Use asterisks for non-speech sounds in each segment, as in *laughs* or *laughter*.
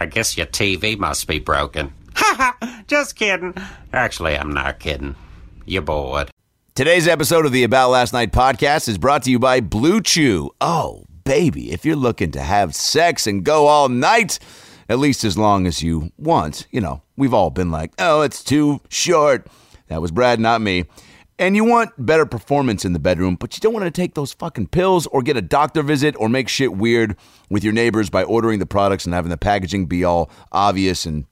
I guess your TV must be broken. *laughs* Ha ha! Just kidding. Actually, I'm not kidding. You're bored. Today's episode of the About Last Night podcast is brought to you by Blue Chew. Oh, baby, if you're looking to have sex and go all night, at least as long as you want, you know, we've all been like, oh, it's too short. That was Brad, not me. And you want better performance in the bedroom, but you don't want to take those fucking pills or get a doctor visit or make shit weird with your neighbors by ordering the products and having the packaging be all obvious and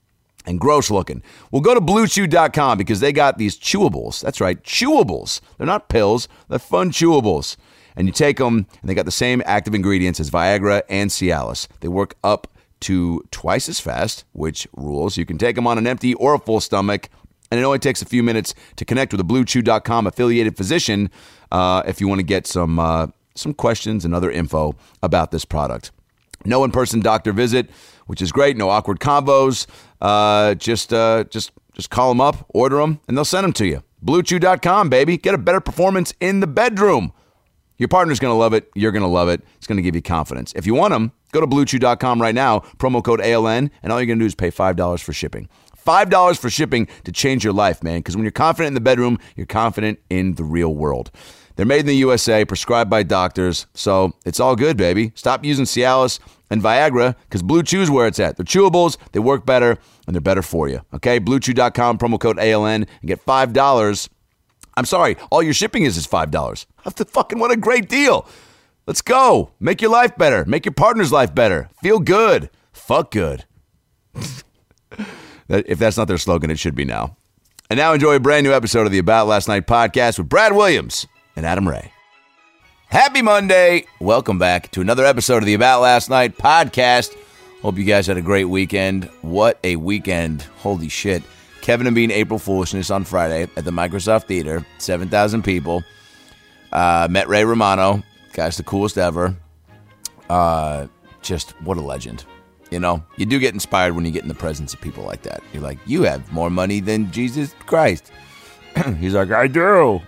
and gross looking. Well, go to bluechew.com because they got these chewables. That's right, chewables. They're not pills, they're fun chewables. And you take them, and they got the same active ingredients as Viagra and Cialis. They work up to twice as fast, which rules. You can take them on an empty or a full stomach, and it only takes a few minutes to connect with a bluechew.com affiliated physician uh, if you want to get some, uh, some questions and other info about this product. No in-person doctor visit, which is great. No awkward combos. Uh, just, uh, just, just call them up, order them, and they'll send them to you. BlueChew.com, baby. Get a better performance in the bedroom. Your partner's going to love it. You're going to love it. It's going to give you confidence. If you want them, go to BlueChew.com right now. Promo code ALN, and all you're going to do is pay five dollars for shipping. Five dollars for shipping to change your life, man. Because when you're confident in the bedroom, you're confident in the real world. They're made in the USA, prescribed by doctors, so it's all good, baby. Stop using Cialis and Viagra because Blue Chew's where it's at. They're chewables, they work better, and they're better for you. Okay, BlueChew.com promo code ALN and get five dollars. I'm sorry, all your shipping is is five dollars. *laughs* Fucking what a great deal! Let's go. Make your life better. Make your partner's life better. Feel good. Fuck good. That- if that's not their slogan, it should be now. And now enjoy a brand new episode of the About Last Night podcast with Brad Williams and Adam Ray. Happy Monday. Welcome back to another episode of the About Last Night podcast. Hope you guys had a great weekend. What a weekend. Holy shit. Kevin and Bean April Foolishness on Friday at the Microsoft Theater, 7,000 people. Uh, met Ray Romano. Guy's the coolest ever. Uh, just what a legend. You know, you do get inspired when you get in the presence of people like that. You're like, you have more money than Jesus Christ. *clears throat* He's like, I do.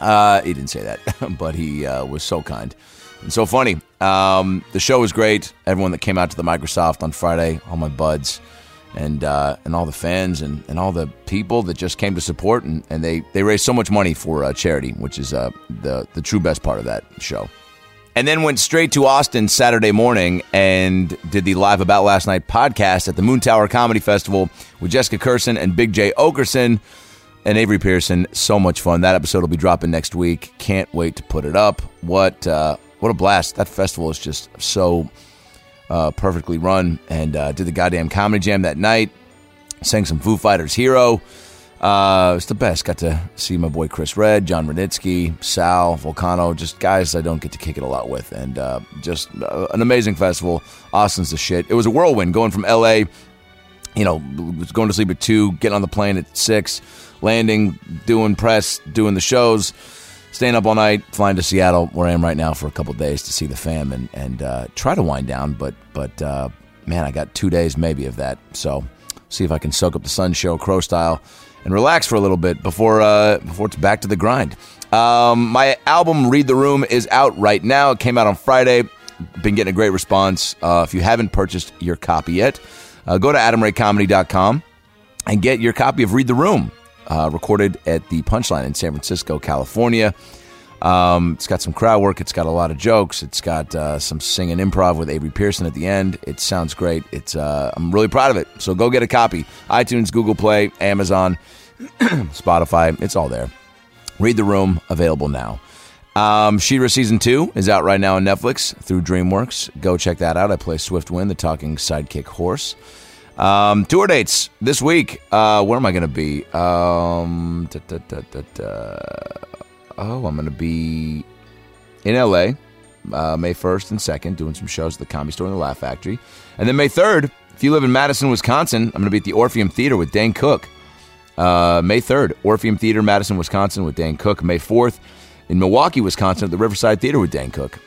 Uh, he didn't say that, *laughs* but he uh, was so kind and so funny. Um, the show was great. Everyone that came out to the Microsoft on Friday, all my buds, and uh, and all the fans and, and all the people that just came to support, and, and they they raised so much money for uh, charity, which is uh, the the true best part of that show and then went straight to Austin Saturday morning and did the live about last night podcast at the Moon Tower Comedy Festival with Jessica Curson and Big J Okerson and Avery Pearson. So much fun! That episode will be dropping next week. Can't wait to put it up. What uh, what a blast! That festival is just so uh, perfectly run. And uh, did the goddamn comedy jam that night. Sang some Foo Fighters "Hero." Uh, it's the best. Got to see my boy Chris Red, John Renitsky, Sal, Volcano, just guys I don't get to kick it a lot with. And uh, just uh, an amazing festival. Austin's the shit. It was a whirlwind going from LA, you know, was going to sleep at 2, getting on the plane at 6, landing, doing press, doing the shows, staying up all night, flying to Seattle, where I am right now for a couple days to see the fam and, and uh, try to wind down. But, but uh, man, I got two days maybe of that. So see if I can soak up the sun show crow style and relax for a little bit before uh, before it's back to the grind. Um, my album Read the Room is out right now. It came out on Friday. Been getting a great response. Uh, if you haven't purchased your copy yet, uh, go to adamraycomedy.com and get your copy of Read the Room, uh, recorded at the Punchline in San Francisco, California. Um, it's got some crowd work. It's got a lot of jokes. It's got uh, some singing improv with Avery Pearson at the end. It sounds great. It's uh, I'm really proud of it. So go get a copy. iTunes, Google Play, Amazon, *clears throat* Spotify. It's all there. Read the Room available now. Um, Shira season two is out right now on Netflix through DreamWorks. Go check that out. I play Swift Wind, the talking sidekick horse. Um, tour dates this week. Uh, where am I going to be? Um, da, da, da, da, da. Oh, I'm going to be in LA uh, May 1st and 2nd, doing some shows at the Comedy Store and the Laugh Factory. And then May 3rd, If you live in Madison, Wisconsin, I'm going to be at the Orpheum Theater with Dan Cook. Uh, May 3rd, Orpheum Theater, Madison, Wisconsin, with Dan Cook. May 4th, in Milwaukee, Wisconsin, at the Riverside Theater with Dan Cook.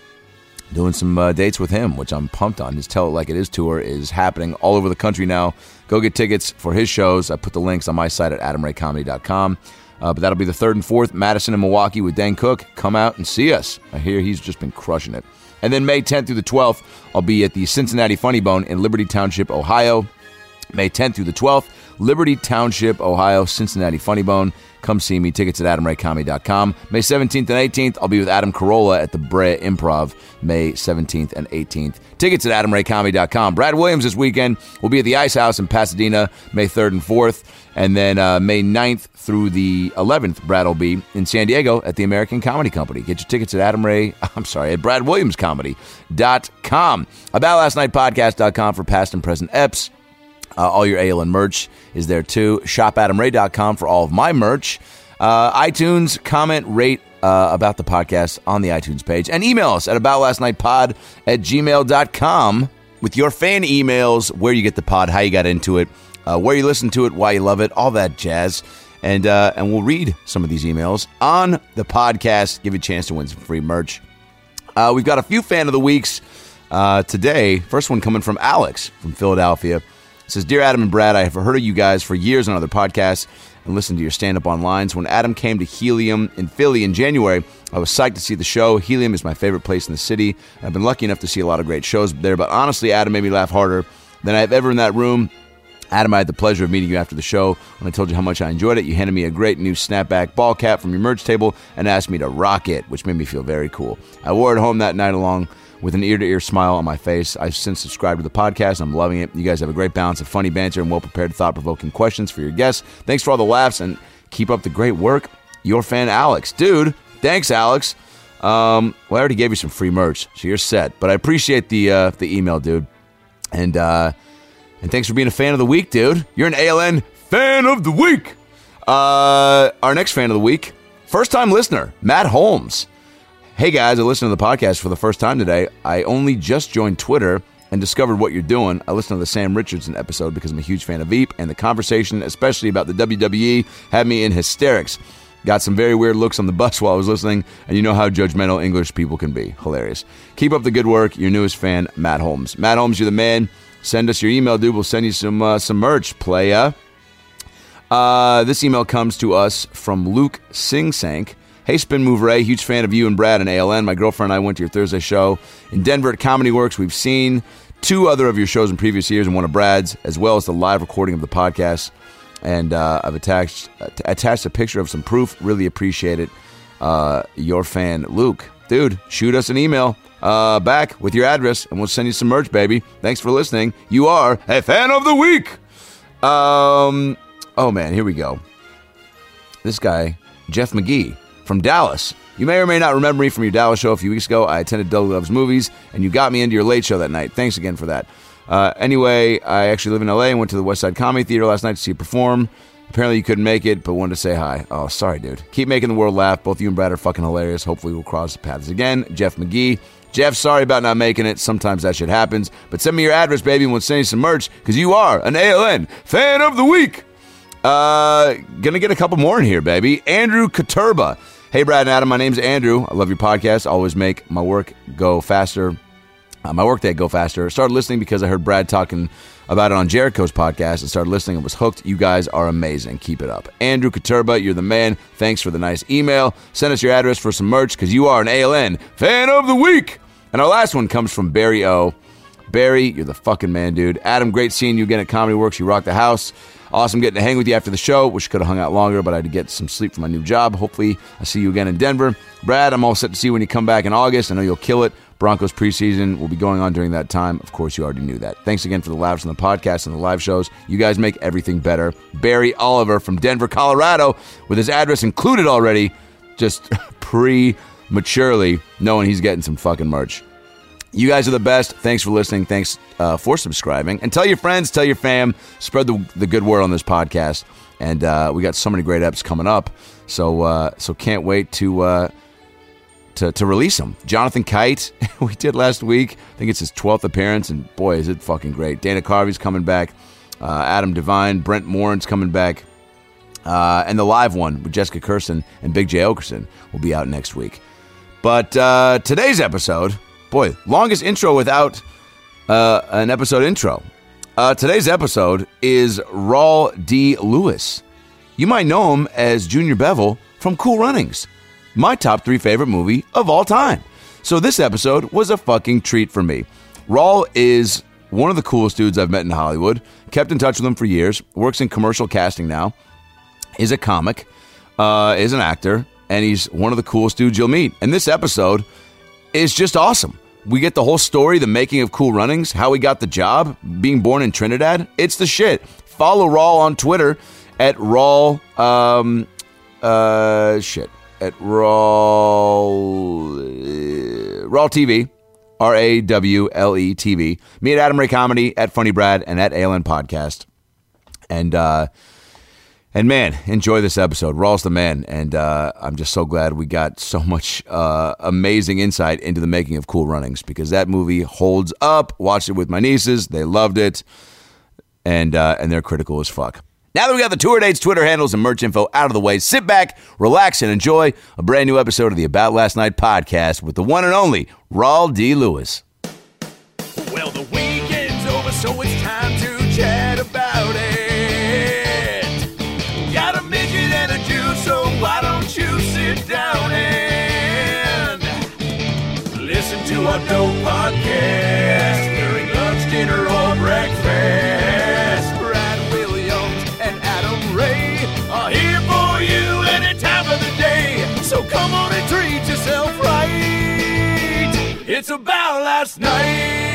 Doing some uh, dates with him, which I'm pumped on. His Tell It Like It Is tour is happening all over the country now. Go get tickets for his shows. I put the links on my site at adamraycomedy.com. Uh, but that'll be the 3rd and 4th, Madison and Milwaukee with Dan Cook. Come out and see us. I hear he's just been crushing it. And then May 10th through the 12th, I'll be at the Cincinnati Funny Bone in Liberty Township, Ohio. May 10th through the 12th, Liberty Township, Ohio, Cincinnati Funny Bone. Come see me. Tickets at adamraycomedy.com. May 17th and 18th, I'll be with Adam Carolla at the Brea Improv, May 17th and 18th. Tickets at adamraycomedy.com. Brad Williams this weekend will be at the Ice House in Pasadena, May 3rd and 4th. And then uh, May 9th through the 11th, Brad will be in San Diego at the American Comedy Company. Get your tickets at Adam Ray, *laughs* I'm sorry, at bradwilliamscomedy.com. About Last Night Podcast.com for past and present eps. Uh, all your ALN merch is there too. ShopAdamRay.com for all of my merch. Uh, iTunes, comment, rate uh, about the podcast on the iTunes page. And email us at aboutlastnightpod at gmail.com with your fan emails, where you get the pod, how you got into it, uh, where you listen to it, why you love it, all that jazz. And, uh, and we'll read some of these emails on the podcast, give you a chance to win some free merch. Uh, we've got a few fan of the weeks uh, today. First one coming from Alex from Philadelphia. It says, Dear Adam and Brad, I have heard of you guys for years on other podcasts and listened to your stand up online. So when Adam came to Helium in Philly in January, I was psyched to see the show. Helium is my favorite place in the city. I've been lucky enough to see a lot of great shows there, but honestly, Adam made me laugh harder than I've ever in that room. Adam, I had the pleasure of meeting you after the show. When I told you how much I enjoyed it, you handed me a great new snapback ball cap from your merch table and asked me to rock it, which made me feel very cool. I wore it home that night along with an ear to ear smile on my face. I've since subscribed to the podcast. I'm loving it. You guys have a great balance of funny banter and well prepared, thought provoking questions for your guests. Thanks for all the laughs and keep up the great work. Your fan, Alex. Dude, thanks, Alex. Um, well, I already gave you some free merch, so you're set. But I appreciate the uh, the email, dude. And uh, and thanks for being a fan of the week, dude. You're an ALN fan of the week. Uh, our next fan of the week, first time listener, Matt Holmes. Hey guys, I listened to the podcast for the first time today. I only just joined Twitter and discovered what you're doing. I listened to the Sam Richardson episode because I'm a huge fan of Veep, and the conversation, especially about the WWE, had me in hysterics. Got some very weird looks on the bus *laughs* while I was listening, and you know how judgmental English people can be. Hilarious. Keep up the good work. Your newest fan, Matt Holmes. Matt Holmes, you're the man. Send us your email, dude. We'll send you some uh, some merch, playa. Uh, this email comes to us from Luke Singsank. Hey, Spin Move Ray, huge fan of you and Brad and ALN. My girlfriend and I went to your Thursday show in Denver at Comedy Works. We've seen two other of your shows in previous years and one of Brad's, as well as the live recording of the podcast. And uh, I've attached att- attached a picture of some proof. Really appreciate it. Uh, your fan, Luke. Dude, shoot us an email uh, back with your address and we'll send you some merch, baby. Thanks for listening. You are a fan of the week. Um, oh man, here we go. This guy, Jeff McGee from Dallas. You may or may not remember me from your Dallas show a few weeks ago. I attended Doug Love's movies, and you got me into your late show that night. Thanks again for that. Uh, anyway, I actually live in LA and went to the West Side Comedy Theater last night to see you perform. Apparently, you couldn't make it, but wanted to say hi. Oh, sorry, dude. Keep making the world laugh. Both you and Brad are fucking hilarious. Hopefully, we'll cross paths again. Jeff McGee. Jeff, sorry about not making it. Sometimes that shit happens. But send me your address, baby, and we'll send you some merch because you are an ALN fan of the week. Uh, gonna get a couple more in here, baby. Andrew Katurba. Hey, Brad and Adam, my name's Andrew. I love your podcast. Always make my work go faster. Uh, my workday go faster. Started listening because I heard Brad talking about it on Jericho's podcast and started listening and was hooked. You guys are amazing. Keep it up. Andrew Katurba, you're the man. Thanks for the nice email. Send us your address for some merch because you are an ALN fan of the week. And our last one comes from Barry O. Barry, you're the fucking man, dude. Adam, great seeing you again at Comedy Works. You rock the house. Awesome getting to hang with you after the show. Wish I could have hung out longer, but I had to get some sleep for my new job. Hopefully, I see you again in Denver. Brad, I'm all set to see you when you come back in August. I know you'll kill it. Broncos preseason will be going on during that time. Of course, you already knew that. Thanks again for the laughs on the podcast and the live shows. You guys make everything better. Barry Oliver from Denver, Colorado, with his address included already, just *laughs* prematurely, knowing he's getting some fucking merch. You guys are the best. Thanks for listening. Thanks uh, for subscribing. And tell your friends, tell your fam, spread the, the good word on this podcast. And uh, we got so many great eps coming up. So uh, so can't wait to uh, to, to release him. Jonathan Kite, *laughs* we did last week. I think it's his 12th appearance, and boy, is it fucking great. Dana Carvey's coming back. Uh, Adam Devine, Brent Morin's coming back. Uh, and the live one with Jessica Kirsten and Big J. Okerson will be out next week. But uh, today's episode, boy, longest intro without uh, an episode intro. Uh, today's episode is Rawl D. Lewis. You might know him as Junior Bevel from Cool Runnings, my top three favorite movie of all time. So this episode was a fucking treat for me. Rawl is one of the coolest dudes I've met in Hollywood. Kept in touch with him for years. Works in commercial casting now is a comic, uh, is an actor, and he's one of the coolest dudes you'll meet. And this episode is just awesome. We get the whole story, the making of Cool Runnings, how he got the job, being born in Trinidad. It's the shit. Follow Rawl on Twitter at Rawl, um, uh, shit, at Rawl, uh, Rawl TV, R A W L E TV. Me at Adam Ray Comedy, at Funny Brad, and at ALN Podcast. And, uh, and man, enjoy this episode. Rawls the man, and uh, I'm just so glad we got so much uh, amazing insight into the making of Cool Runnings because that movie holds up. Watched it with my nieces; they loved it, and uh, and they're critical as fuck. Now that we got the tour dates, Twitter handles, and merch info out of the way, sit back, relax, and enjoy a brand new episode of the About Last Night podcast with the one and only Rawl D. Lewis. Well, the weekend's over, so it's time to chat about it. Got a midget and a Jew, so why don't you sit down and listen to our dope podcast during lunch, dinner, or breakfast? Brad Williams and Adam Ray are here for you any time of the day. So come on and treat yourself right. It's about last night.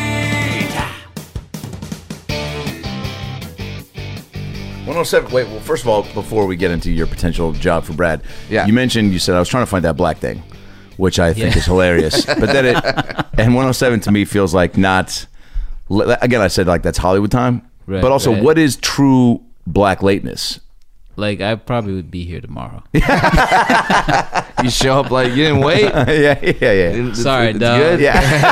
107. Wait, well, first of all, before we get into your potential job for Brad, Yeah. you mentioned you said I was trying to find that black thing, which I think is *laughs* hilarious. but then it, and 107 to me feels like not, again, I said like that's Hollywood time, Right, but also right. what is true black lateness? *laughs* Like I probably would be here *laughs* tomorrow. you show up like you didn't wait. yeah, yeah, yeah. Sorry, dog. *laughs* Yeah.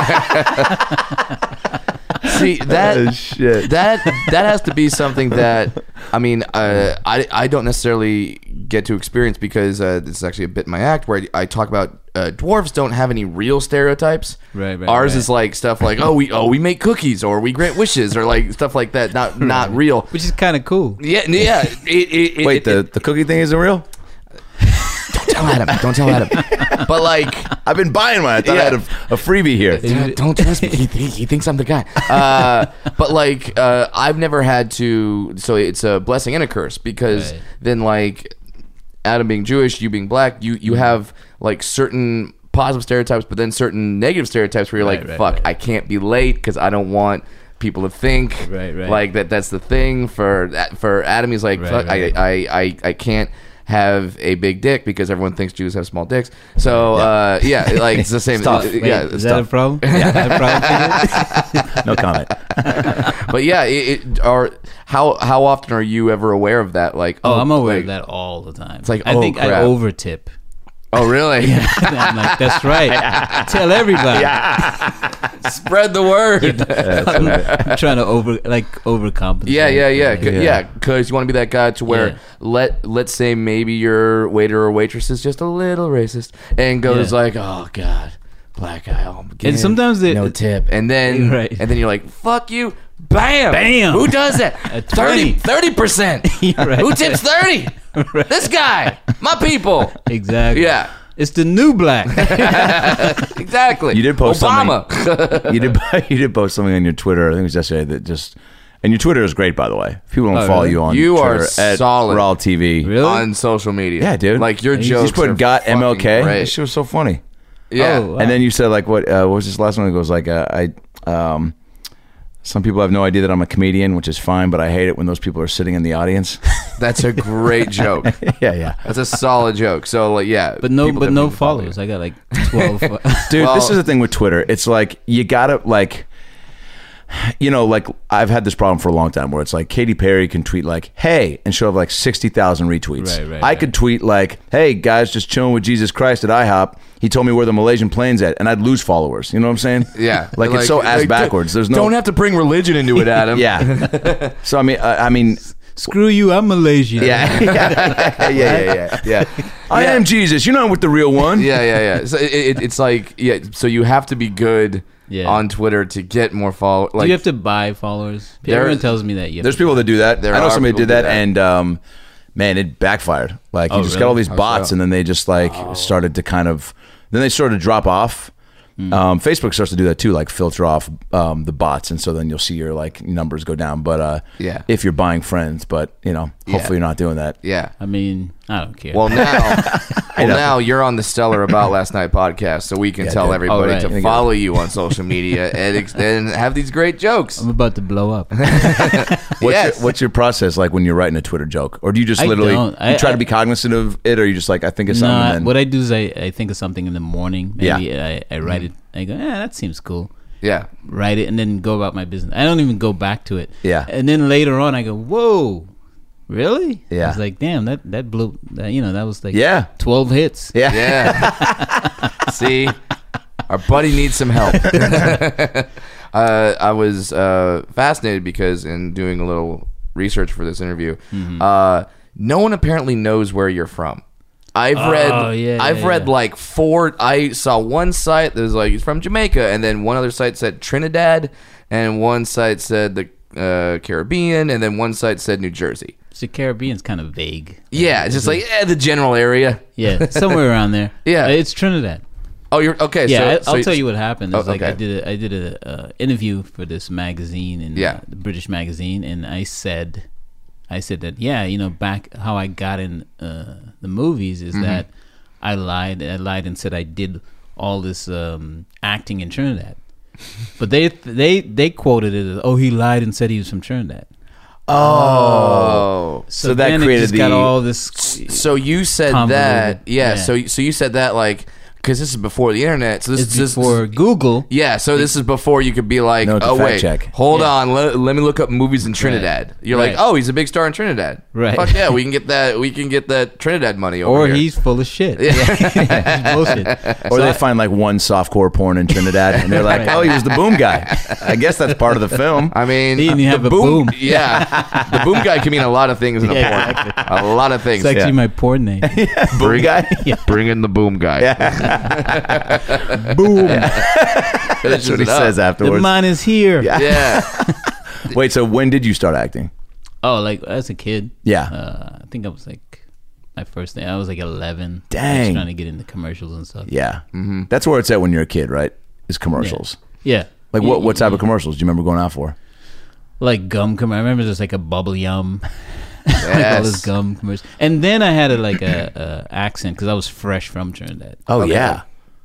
*laughs* See that Oh, shit. that that has to be something that I mean uh, I I don't necessarily get to experience because uh, this is actually a bit in my act where I, I talk about uh, dwarves don't have any real stereotypes. Right, right, Ours right. is like stuff like oh we oh we make cookies or we grant wishes or like stuff like that. Not not real. Which is kind of cool. Yeah, yeah. It, it, it, Wait, it- the, the cookie thing isn't real? don't tell Adam. Don't *laughs* tell Adam. but like, I've been buying one. I thought I had a, a freebie here. Yeah, *laughs* don't trust me. He, he, he thinks I'm the guy. Uh, but like, uh, I've never had to. So it's a blessing and a curse because Right. then like, Adam being Jewish, you being black, you Mm-hmm. you have like certain positive stereotypes, but then certain negative stereotypes where you're like, Right, right, fuck, right. I can't be late because I don't want people to think Right, right. like that that's the thing for for Adam he's like Right, fuck, right. I, I, I I can't have a big dick because everyone thinks Jews have small dicks so uh, yeah like it's the same tough. yeah Wait, it's is that tough. a *laughs* problem? Yeah, that a problem for you? No comment. but yeah, it, it are how how often are you ever aware of that? Like, Oh, I'm aware like- of that all the time. It's like, I oh, think I crap. *laughs* overtip. *laughs* Oh, really? I'm like, that's right. Tell everybody. *laughs* Spread the word. I'm, I'm trying to over like overcompensate. *laughs* yeah, yeah, yeah, *laughs* C- Yeah. yeah. Because you want to be that guy to where Yeah. let let's say maybe your waiter or waitress is just a little racist and goes Yeah. like, oh god, black guy. Oh, again, And sometimes they- no tip, and then *laughs* Right. and then you're like, fuck you. Bam! Bam. Who does that? *laughs* A 30 percent. *laughs* Right. Who *laughs* tips thirty? This guy, my people. Exactly. Yeah, It's the new *laughs* black. exactly. You did post Obama. *laughs* you did *laughs* you did post something on your Twitter. I think it was yesterday that just and your Twitter is great by the way. If people don't Oh, follow really? you on You are Twitter at solid. Raw TV. Really? on social media. Yeah, dude. Like your You jokes. Just put are got fucking MLK. great. That shit was so funny. Yeah. Oh, wow. And then you said like what uh, what was this last one? It goes like uh, I um some people have no idea that I'm a comedian, which is fine, but I hate it when those people are sitting in the *laughs* audience. that's a *laughs* great joke. yeah, yeah. That's a solid joke. So like, yeah, But no, people but no definitely follow follows. I *laughs* got like twelve. fo- *laughs* Dude, this Well- is the thing with Twitter. It's like you gotta like you know, like I've had this problem for a long time where it's like Katy Perry can tweet like, "Hey," and she'll have like sixty thousand retweets. Right, right, I right. could tweet like, "Hey guys, just chilling with Jesus Christ at IHOP." He told me where the Malaysian plane's at, and I'd lose followers. You know what I'm saying? Yeah, *laughs* like, it's so ass like, backwards. There's no Don't have to bring religion into it, Adam. *laughs* *laughs* Yeah. so I mean, uh, I, I mean, Screw you, I'm Malaysian. yeah, *laughs* yeah, yeah, yeah, yeah. I am Jesus. You're not with the real one. yeah, yeah, yeah. So it, it, it's like yeah. So you have to be good Yeah. on Twitter to get more follow. Like Do you have to buy followers? There- Everyone tells me that. You have There's to people that do that. There I know are somebody people did who do that, that. and um, man, it backfired. Like you Oh, just got really? Oh. all these How bots, so? and then they just like started to kind of then they started to drop off. Hmm. Um, Facebook starts to do that too, like filter off um, the bots, and so then you'll see your like numbers go down. But uh, Yeah. if you're buying friends, but you know, hopefully you're not doing that. yeah. I mean, I don't care. *laughs* Well now, well now you're on the Stellar About Last Night podcast, so we can Yeah, tell dude. everybody All right. to Thank follow you on social media and, ex- and have these great jokes. I'm about to blow *laughs* up. What's, Yes. your, what's your process like when you're writing a Twitter joke, or do you just I literally don't. I- you try I- to be cognizant of it, or you just like I think it's no, something? I- and then, what I do is I, I think of something in the morning. Yeah. Mm-hmm. Maybe I, I write it. I go, yeah, that seems cool. Yeah, Write it and then go about my business. I don't even go back to it. Yeah. And then later on, I go, whoa, really? Yeah. It's like, damn, that that blew. That, you know, that was like Yeah. twelve hits. yeah, yeah. See, our buddy needs some help. *laughs* uh, I was uh, fascinated because in doing a little research for this interview, uh, no one apparently knows where you're from. I've read, yeah, I've yeah, read yeah. like four. I saw one site that was like it's from Jamaica, and then one other site said Trinidad, and one site said the uh, Caribbean, and then one site said New Jersey. So Caribbean's kind of vague. Yeah, it's just like eh, the general area. *laughs* Yeah, somewhere around there. Yeah. Uh, it's Trinidad. Oh, you're okay. Yeah, I, so, so I'll tell you what happened. It's Oh, like I okay. did a, I did a uh, interview for this magazine and Yeah. the British magazine, and I said, I said that yeah, you know, back how I got in uh, the movies Mm-hmm. is that I lied, I lied and said I did all this um, acting in *laughs* Trinidad, but they they they quoted it as oh he lied and said he was from Trinidad. Oh. So, that then created it just got the- all this. So you said Convoluted. that, yeah, Yeah. So so you said that like because this is before the internet. So this It's is this, before Google. Yeah, so this is before you could be like, No, it's a oh fact wait, check. hold Yeah. on, let, let me look up movies in Trinidad. You're like, Right. oh, he's a big star in Trinidad. Right. Fuck *laughs* yeah, we can get that. We can get that Trinidad money. *laughs* Over Or here. he's full of shit. *laughs* he's *laughs* bullshit. or they find like one softcore porn in Trinidad, and they're like, Right. "Oh, he was the boom guy." I guess that's part of the film. I mean, He didn't have a boom. Yeah, the boom guy can mean a lot of things in a Yeah, porn. A lot of things. It's actually my porn *laughs* name. boom guy. Bring in the boom *laughs* *laughs* guy. Boom. that's what he says The afterwards. man is here. *laughs* Yeah. Wait, so when did you start acting? Oh, like as a kid. Yeah. Uh, I think I was like my first thing. I was like eleven. Dang. Just trying to get into commercials and stuff. Yeah, mm-hmm. that's where it's at when you're a kid, right? Is commercials. Yeah. Like what? Yeah, What yeah, type of commercials do you remember going out for? Like gum commercial. I remember there's like a bubble yum. *laughs* like all this Yes. gum commercial. And then I had a *clears throat* like a, a accent because I was fresh from Trinidad. Oh Okay. yeah,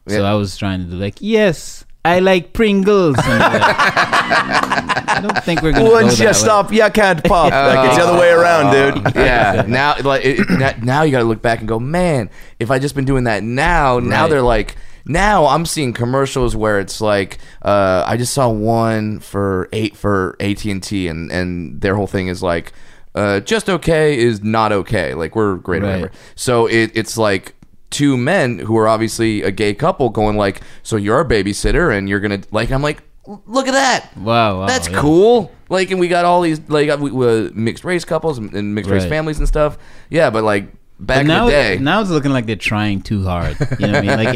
So I was trying to do like yes. I like Pringles. And they're like, *laughs* "Mm, I don't think we're gonna go once that you way." stop, you can't pop. Like it's the other way around, *laughs* dude. Oh, yeah. *laughs* Now, like it, it- now- now, you got to look back and go, man. If I just been doing that now, now Right. they're like, now I'm seeing commercials where it's like, uh, I just saw one for eight for AT and T, and and their whole thing is like, uh, just okay is not okay. Like we're great, or Right. whatever. So it, it's like two men who are obviously a gay couple going like, so you're a babysitter and you're gonna like. I'm like, look at that. Wow, wow, that's Oh, yeah. cool. Like, and we got all these like we, we, mixed race couples and, and mixed race Right. families and stuff. Yeah, but like back But now, in the day, now it's looking like they're trying too hard. You know what I mean? Like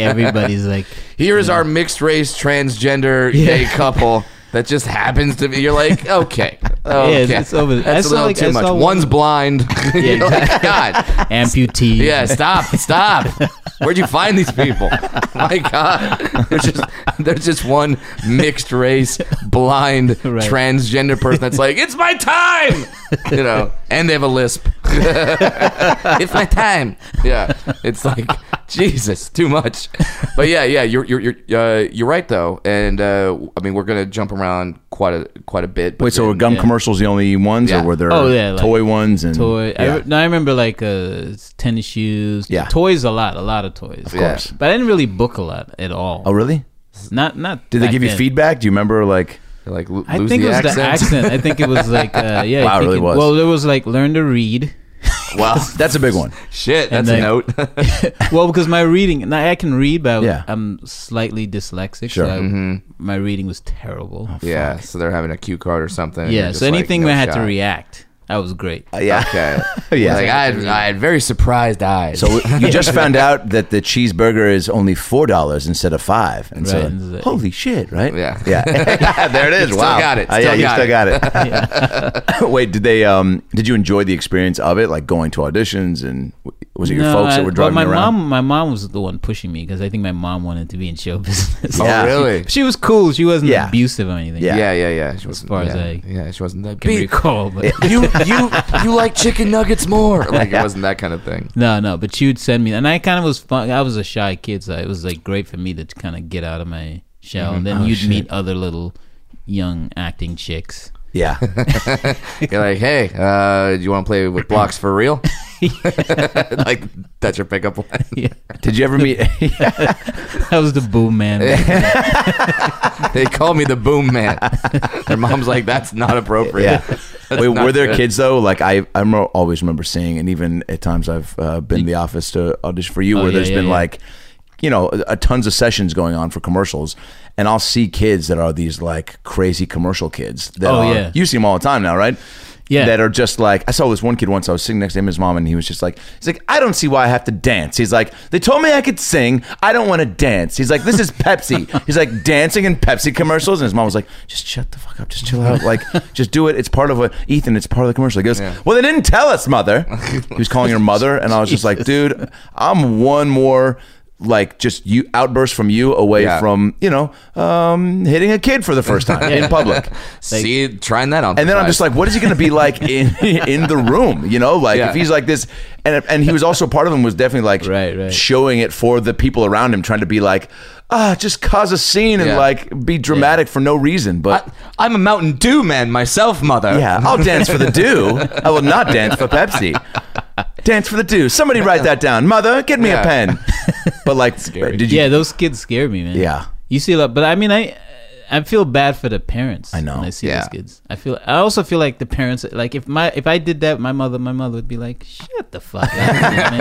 *laughs* everybody's like, here is our mixed race *laughs* transgender gay couple that just happens to be. You're like, *laughs* okay, okay, it's- it's over. I That's a saw, little like, too I much. saw One's one- blind. *laughs* You're *laughs* like, God. amputee. Yeah, stop, stop. Where'd you find these people? My God, there's just there's just one mixed race, blind, Right. transgender person that's like, it's my time, you know, and they have a lisp. *laughs* it's my time. Yeah, it's like Jesus, too much. But yeah, yeah, you're you're you're uh, you're right though, and uh, I mean we're gonna jump around quite a quite a bit. *laughs* but Wait, so were gum commercials the only ones, Yeah. or were there Oh, yeah, like- toy ones and Toy. I, Yeah. re- no, I remember like uh, tennis shoes. Yeah. Toys a lot, a lot of toys. Of course. But I didn't really book a lot at all. oh really? Not not. Did they back give you then. feedback? Do you remember like? They're like, lo- I lose think the it was accent. the *laughs* accent. I think it was *laughs* like uh, yeah. I Wow, it think really was. Well, there was like learn *laughs* to read. *laughs* Well, that's a big one. Shit, that's And they- a note. well, because my reading, and I I can read, but I- Yeah. I'm slightly dyslexic, Sure. Mm-hmm. Oh, so I, my reading was terrible. yeah, so they're having a cue card or something. and yeah, you're so just like, anything no where I had to shot. react, I was great. yeah. *laughs* *laughs* Okay. *laughs* Yeah. Like I had, I had very surprised eyes. So you *laughs* just found out that the cheeseburger is only four dollars instead of five, and Right, and it's so like- holy shit, right? Yeah. *laughs* yeah. *laughs* there it is. You still wow, got it. Uh, yeah, Still you got still it. got *laughs* it. *laughs* Wait, did they? Um, did you enjoy the experience of it, like going to auditions, and w- was it your No, folks I- that were driving well, you my around? mom, my mom was the one pushing me because I think my mom wanted to be in show *laughs* business. oh, Yeah. really? she was cool. She wasn't Yeah. abusive or anything. Yeah. Yeah, yeah, yeah. She wasn't, far yeah, as I yeah, she wasn't that I can big. recall, but *laughs* *laughs* you you you like chicken nuggets more? Like it wasn't that kind of thing. *laughs* no, no. But she would send me, and I kind of was fun. I was a shy kid, so it was like great for me to kind of get out of my shell. Mm-hmm. And then Oh, you'd meet other little young acting chicks. *laughs* Yeah, You're like, hey, uh, do you want to play with blocks for *laughs* real? *laughs* like that's your pickup line. *laughs* Yeah, did you ever meet? that was the boom man. *laughs* They call me the boom man. *laughs* Their mom's like, that's not appropriate. *laughs* yeah. Wait, were there kids though? Like I, I remember, always remember seeing, and even at times I've uh, been in the office to audition for you, Oh, where yeah, there's yeah, been yeah. like, you know, a, a tons of sessions going on for commercials, and I'll see kids that are these like crazy commercial kids. That Oh, are- yeah. you see them all the time now, right? Yeah. That are just like I saw this one kid once. I was sitting next to him, his mom, and he was just like, he's like, I don't see why I have to dance. He's like, they told me I could sing. I don't want to dance. He's like, this is *laughs* Pepsi. he's like dancing in Pepsi commercials, and his mom was like, just shut the fuck up, just chill out, *laughs* like just do it. It's part of what Ethan. It's part of the commercial. He goes, well, they didn't tell us, *laughs* mother. he was calling her mother, and I was just like, dude, I'm one more. Like just you outburst from you away Yeah. from you know um, hitting a kid for the first *laughs* time in public, See, trying that on. and then I'm fries. just like, what is he going to *laughs* be like in in the room? You know, like Yeah. if he's like this, and and he was also part of him was definitely like Right, right. showing it for the people around him, trying to be like, ah, just cause a scene and Yeah. like be dramatic for no reason. But I, am a Mountain Dew man myself, mother. Uh, yeah, I'll dance for *laughs* the do. I will not dance for Pepsi. Dance for the do. Somebody write that down, mother. Get me Yeah. a pen. But *laughs* like, did you? yeah, those kids scare me, man. Yeah. you see a lot, but I mean, I I feel bad for the parents. I know. When I see Yeah. those kids. I feel. I also feel like the parents. Like if my if I did that, my mother, my mother would be like, "Shut the fuck up, man."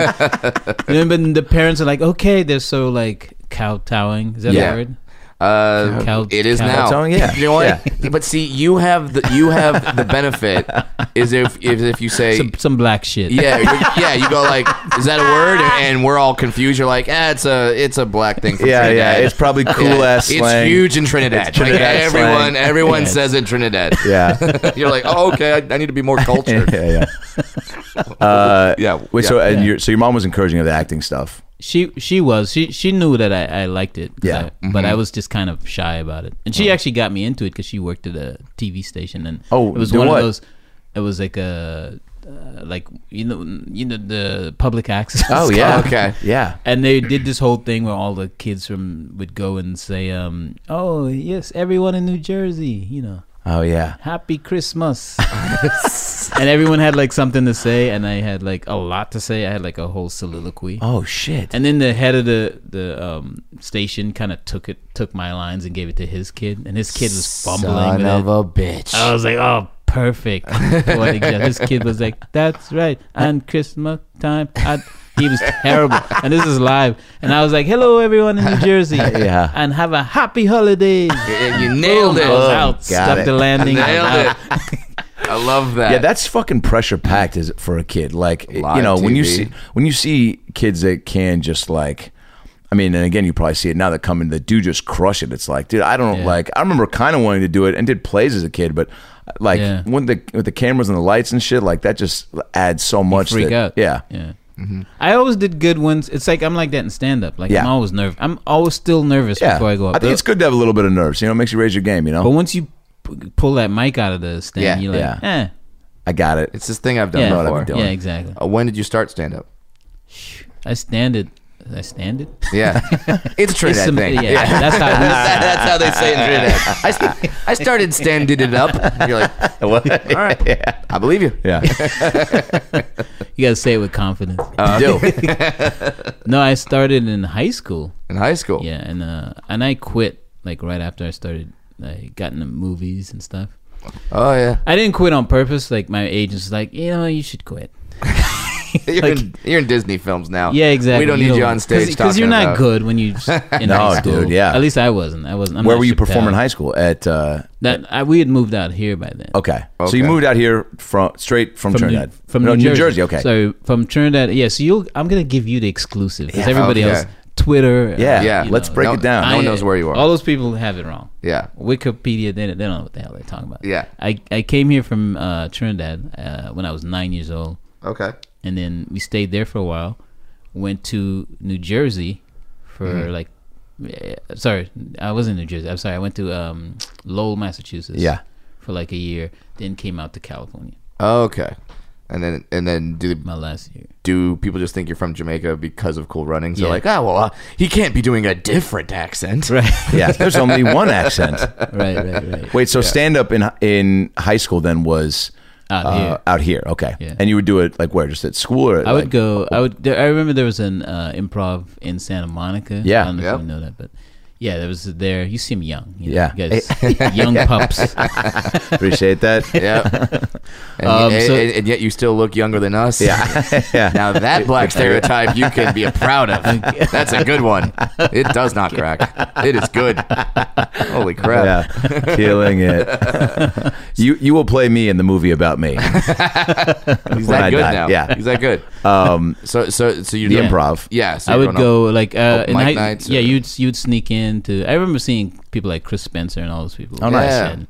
You know, but the parents are like, "Okay," they're so like kowtowing. Is that Yeah. a word? Uh, Cow- it is cow- now. Towing, Oh. yeah. You know what? But see, you have the you have the benefit is if if, if you say Some some black shit. yeah you- yeah you go like is that a word and, and we're all confused. You're like ah it's a it's a black thing. From Yeah, yeah. Trinidad. It's *laughs* probably cool ass It's slang. huge in Trinidad. It's Trinidad like, everyone slang. everyone Yeah. says in Trinidad. *laughs* Yeah. You're like oh okay I, I need to be more cultured. *laughs* yeah, yeah. *laughs* Uh, Yeah, Wait. yeah. So, and your so your mom was encouraging of the acting stuff. She she was she she knew that I, I liked it. 'cause Yeah. mm-hmm. I- but I was just kind of shy about it, and she actually got me into it because she worked at a TV station, and Oh, it was doing one what? of those. It was like a uh, like you know you know the public access. *laughs* okay. Oh, yeah. And they did this whole thing where all the kids from would go and say, um, "Oh yes, everyone in New Jersey, you know, Oh yeah. Happy *laughs* Christmas. and everyone had like something to say, and I had like a lot to say. I had like a whole soliloquy. Oh shit. And then the head of the the um, station kind of took it, took my lines and gave it to his kid, and his kid was fumbling. Son with of it. a bitch. I was like, oh, perfect. poetic justice. this kid was like, that's right. *laughs* And Christmas time, I, he was terrible. And this is live. And I was like, hello, everyone in New Jersey. *laughs* Yeah. And have a happy holiday. *laughs* Yeah, you nailed Boom, it. I was Boom. Oh, out. Got stuck it. the landing. I'm Nailed out. it. I love that. Yeah, that's fucking pressure packed is for a kid. Like you Live know, when you TV. see when you see kids that can just like I mean, and again, you probably see it now that come in that do just crush it. It's like, dude, I don't Yeah. like. I remember kind of wanting to do it and did plays as a kid, but like Yeah. when the with the cameras and the lights and shit, like that just adds so much. Freak that- out. Yeah, Mm-hmm. Yeah. I always did good ones. It's like I'm like that in stand up. Like Yeah. I'm always nervous. I'm always still nervous yeah. before I go up. think it's good to have a little bit of nerves. You know, it makes you raise your game. You know, But once you p- pull that mic out of the stand, Yeah, you're like, yeah. eh. I got *laughs* it. it's this thing I've done Yeah, before. doing. yeah, exactly. Uh, when did you start stand up? I stand it. I *laughs* stand it. *laughs* Yeah, it's a Trinidad Some- thing. yeah, that's how we That- *laughs* that's how they say it in Trinidad. I, st- I started standing it up. And *laughs* you're like, all right, I believe you. Yeah, You gotta say it with confidence. Uh, *laughs* do. no, I started in high school. In high school, Yeah, and uh, and I quit like right after I started I got into movies and stuff. Oh yeah, *laughs* I didn't quit on purpose. Like my agent was like, you know, you should quit. you're, in, you're in Disney films now. Yeah, exactly. We don't need you on stage because you're talking not about- good *laughs* when you in No, high school. dude, yeah. At least I wasn't. I wasn't. I'm Where not were you shipped performing in out. high school? At uh, That I, we had moved out here by then. okay. so you Okay. moved out here from straight from, New- Trinidad, from no, New, Jersey. Okay, So from Trinidad, yeah. So you, I'm gonna give you the exclusive because everybody Okay. else, Twitter, uh, yeah, Yeah. Let's you know, break No, it down. I- one knows where you are. All those people have it wrong. Yeah. Wikipedia, they, they don't know what the hell they're talking about. Yeah. I, I came here from uh, Trinidad uh, when I was nine years old, Okay. and then we stayed there for a while. Went to New Jersey for like, eh, sorry, I was in New Jersey. I'm sorry, I went to um, Lowell, Massachusetts. Yeah. For like a year, then came out to California. Okay. And then and then do My last year. do people just think you're from Jamaica because of Cool Runnings? They're Yeah. like, oh well, uh, he can't be doing a different accent, *laughs* yeah, there's only one *laughs* accent. Right, right, right. *laughs* Wait, so stand up in in high school then was Out uh, here. out here. Okay, Yeah. and you would do it like where? Just at school or I would like- go. I would. There, I remember there was an uh, improv in Santa Monica. Yeah. I don't know Yep. if you know that, but yeah, there was there. You seem young. You know, *laughs* Yeah. you guys, young pups. *laughs* Appreciate *laughs* that. yeah. And, Um, and- so- and- and yet you still look younger than us. *laughs* Yeah. Now that black stereotype you can be proud of. That's a good one. It does not crack. It is good. Holy crap. Yeah, killing it. *laughs* you you will play me in the movie about me. He's When that I good die, now. yeah. He's that good. Um, So so so you The improv. Yeah. So I you're would going go like uh, open in mic high, nights yeah. or- You'd you'd sneak in to. I remember seeing people like Chris Spencer and all those people. Oh, nice. Yeah. And-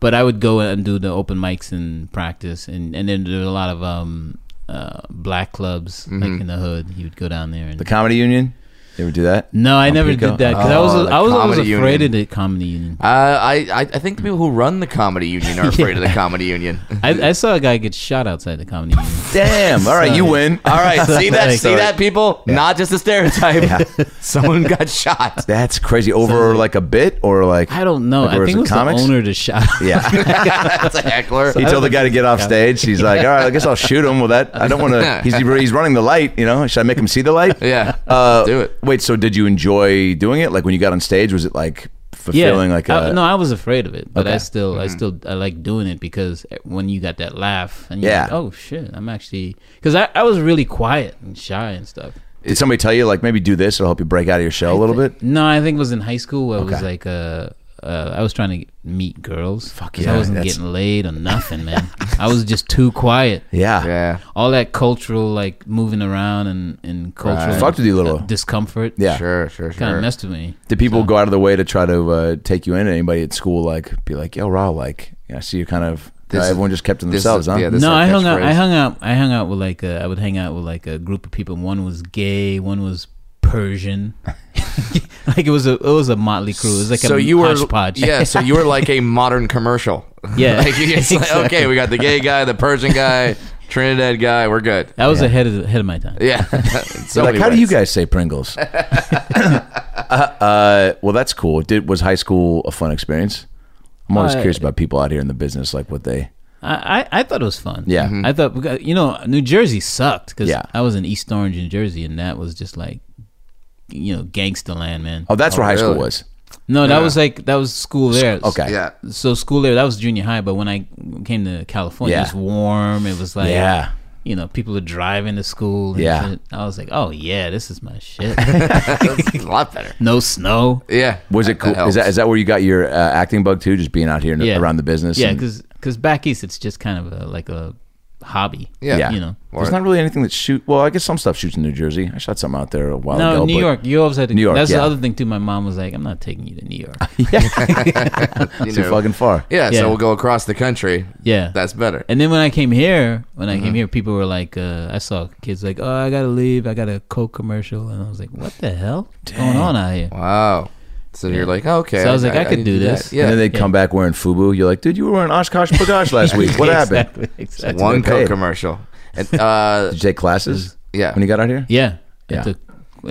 but I would go and do the open mics and practice, and and then there were a lot of um uh black clubs like in the hood. You would go down there and Mm-hmm. the comedy union. You ever do *laughs* that? No, I On never Pico? did that because I Oh, was the I was always comedy afraid union. of the comedy union. Uh, I, I I think the people who run the comedy union are afraid of the comedy union. I, I saw a guy get shot outside the comedy union. Damn. All right, you win. All right, see that? Like- see that, people? Not just a stereotype. *laughs* Someone got shot. That's crazy. Over like a bit or like I don't know. Like, I was think it it was comics? the owner that shot. *laughs* *laughs* Yeah, That's a heckler. he told the guy to get off stage. He's like, "All right, I guess I'll shoot him." Well, that I don't want to. *laughs* He's he's running the light. You know, should I make him see the light? Yeah, Uh, do it. Wait, so did you enjoy doing it? Like when you got on stage, was it like fulfilling? Like I- a, Uh, no, I was afraid of it, but I Okay. still, I still, I like doing it because when you got that laugh and you're Yeah. like, oh shit, I'm actually because I, I was really quiet and shy and stuff. did somebody tell you like maybe do this? It'll help you break out of your shell a little bit. No, I think it was in high school. Where I was Okay. like, uh, uh, I was trying to meet girls. Fuck yeah, I wasn't that's- getting laid or nothing, man. I was just too quiet. Yeah. Yeah, all that cultural like moving around and and cultural Right. Fucked with you a little. uh, discomfort. Yeah. sure, sure, kind of sure. messed with me. Did people go out of their way to try to uh, take you in? Anybody at school like be like, "Yo, Ra, like I see you kind of." This- everyone just kept to this is- themselves, huh? yeah, this- That's No, I our hung out. catchphrase. I hung out. I hung out with like a, I would hang out with like a group of people. One was gay. One was *laughs* Persian. *laughs* like it was a it was a motley crew. It was like so a you were, hodgepodge. *laughs* yeah. So you were like a modern commercial. Yeah. *laughs* Like, it's like, Exactly. okay, we got the gay guy, the Persian guy, Trinidad guy. We're good. I was ahead of ahead of my time. Yeah. *laughs* In *laughs* so like, many how do you ways. guys say Pringles? *laughs* uh, uh, well, that's cool. Did was high school a fun experience? I'm always Uh, curious about people out here in the business, like what they. I, I, I thought it was fun. Mm-hmm. Yeah. Mm-hmm. Mhm. I thought because- you know New Jersey sucked because Yeah. I was in East Orange, New Jersey, and that was just like you know gangster land, man. Oh, that's where high school really? was. No, that was like that was school there. Okay. *laughs* Yeah. *laughs* So school there, that was junior high. But when I came to California, Yeah. it was warm. It was like, Yeah. you know, people are driving to school. And Yeah. shit. I was like, oh yeah, this is *laughs* my shit. It's *laughs* a lot better. no snow. Yeah. Was it cool? Is that is that where you got your uh, acting bug too? Just being out here and Yeah. around the business. Yeah, and- because back east, it's just kind of a, like a hobby. Yeah. Yeah. you know. there's not really anything that shoot. Well, I guess some stuff shoots in New Jersey. I shot something out there a while ago. No, New but- *laughs* York. You always had to. New York, That's yeah. the other thing too. My mom was like, "I'm not taking you to New *laughs* York." you Too know. fucking far. Yeah, Yeah. So we'll go across the country. Yeah, That's better. And then when I came here, when I Mm-hmm. came here, people were like, uh, I saw kids like, oh, I gotta leave. I got a Coke commercial, and I was like, what the hell What's going on out here? Wow. So you're like, okay. So I was like, I could need do to this. that. Yeah. And then they come back wearing FUBU. You're like, dude, you were wearing Oshkosh Bagosh *laughs* last week. What happened? *laughs* Exactly, exactly. One what they Coke paid. commercial. And, uh, Did you take classes? yeah. When you got out here? Yeah, Yeah. yeah.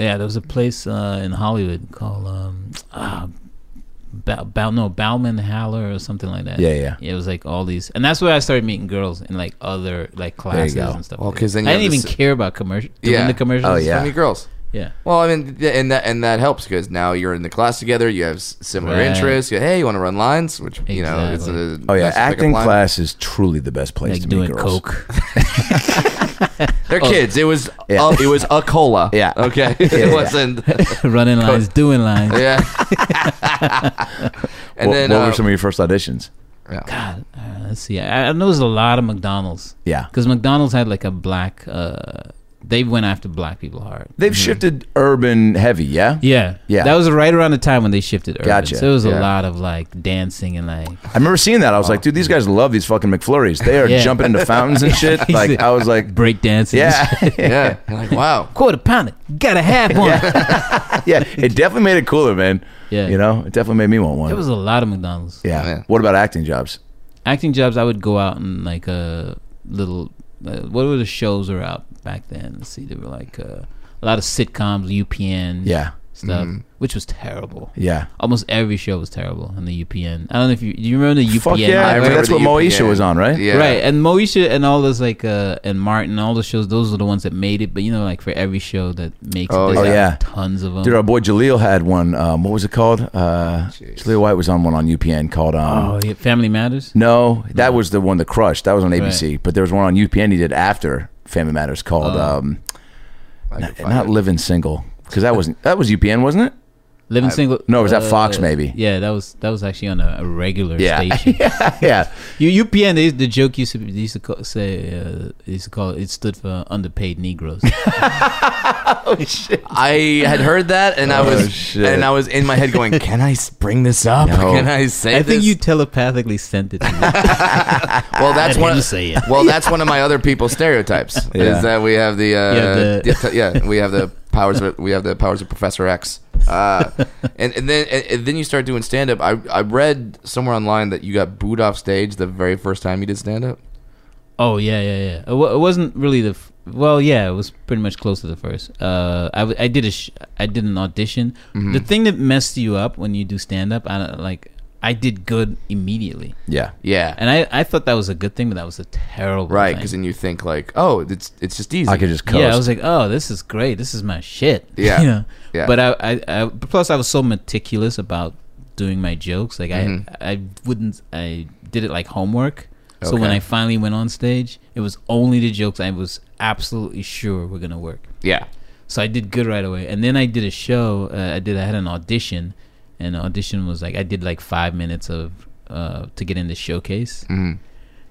yeah, there was a place uh, in Hollywood called um, uh, Bow, Bow, no Bowman Haller or something like that. Yeah, yeah. It was like all these, and that's where I started meeting girls in like other like you classes go. and stuff. Well, like 'cause that. then you I have didn't even this- care about commercial. Doing Yeah. the commercials. Oh, *laughs* yeah. How many girls? Yeah. Well, I mean, th- and that and that helps because now you're in the class together. You have s- similar Right. interests. You, hey, you want to run lines? Which you know, it's Exactly. a Oh yeah, nice pickup acting line. class is truly the best place Like to meet doing girls. coke. *laughs* *laughs* They're Oh. kids. It was Yeah. uh, it was a cola. *laughs* Yeah. Okay. Yeah, it yeah. wasn't. Running lines, doing lines. *laughs* Yeah. and what then what uh, were some of your first auditions? God, uh, let's see. I, I know there's a lot of McDonald's. Yeah. Because McDonald's had like a black. Uh, they went after black people hard. Mm-hmm. They've shifted urban heavy, yeah? Yeah. Yeah. That was right around the time when they shifted. Urban. Gotcha. So it was a Yeah. lot of like dancing and like. I remember seeing that. I was like, dude, these guys love these fucking McFlurries. They are Yeah. jumping into fountains *laughs* and shit. Like I was like, break dancing. yeah, yeah, You're like wow. *laughs* Quarter pounder. Gotta have one. *laughs* yeah. It definitely made it cooler, man. Yeah. you know, it definitely made me want one. There was a lot of McDonald's. yeah. Yeah. What about acting jobs? Acting jobs, I would go out and like a little. Uh, what were the shows that were out back then? Let's see, there were like uh, a lot of sitcoms, UPN. Yeah, Mm-hmm. Stuff, which was terrible. yeah. Almost every show was terrible on the UPN. I don't know if you do you remember the UPN? Fuck yeah! I I mean, remember that's the what Moesha UPN. was on, right? Yeah. Right, and Moesha and all those like uh and Martin, all the shows, those are the ones that made it. But you know, like for every show that makes Oh, it, yeah. there's yeah. tons of them. Dude, our boy Jaleel had one. Um, what was it called? Uh, Jeez. Jaleel White was on one on UPN called. Um, oh, yeah, Family Matters. No, that was the one that crushed. That was on ABC, but there was one on UPN he did after Family Matters called Oh, um, *laughs* not, not Living Single because that wasn't that was UPN, wasn't it? Living single. Uh, no, was that Fox maybe? Yeah, that was that was actually on a, a *laughs* regular station. yeah, yeah. You UPN, they, the joke used to be, they used to call, say uh, they used to call it, it stood for *laughs* underpaid Negroes. I had heard that, and I was Oh, shit. and I was in my head going, "Can I s- bring this up? Can I say?" I think this? you telepathically sent it. to me. *laughs* Well, that's didn't one. say it. *laughs* Well, that's one of my other people's stereotypes Yeah. is that we have the, uh, Yeah, the- the- yeah we have the powers of we have the powers of Professor X. Uh, *laughs* and, and then and, and then you start doing stand up. I I read somewhere online that you got booed off stage the very first time you did stand up. Oh yeah, yeah, yeah. It, w- it wasn't really the. F- well, yeah, it was pretty much close to the first. Uh, I, w- I did a sh- I did an audition. The thing that messed you up when you do stand up, I don't- like I did good immediately, yeah. Yeah, and I, I thought that was a good thing, but that was a terrible right. thing. Because then you think like, oh, it's it's just easy. I could just coast. yeah, I was like, oh, this is great. This is my shit. *laughs* Yeah. you know? Yeah. But I, I, I, plus I was so meticulous about doing my jokes. Like Mm-hmm. I, I wouldn't. I did it like homework. So when Okay. I finally went on stage, it was only the jokes I was absolutely sure were gonna work. yeah, So I did good right away, and then I did a show. Uh, I did. I had an audition, and the audition was like I did like five minutes of uh, to get into showcase, Mm-hmm.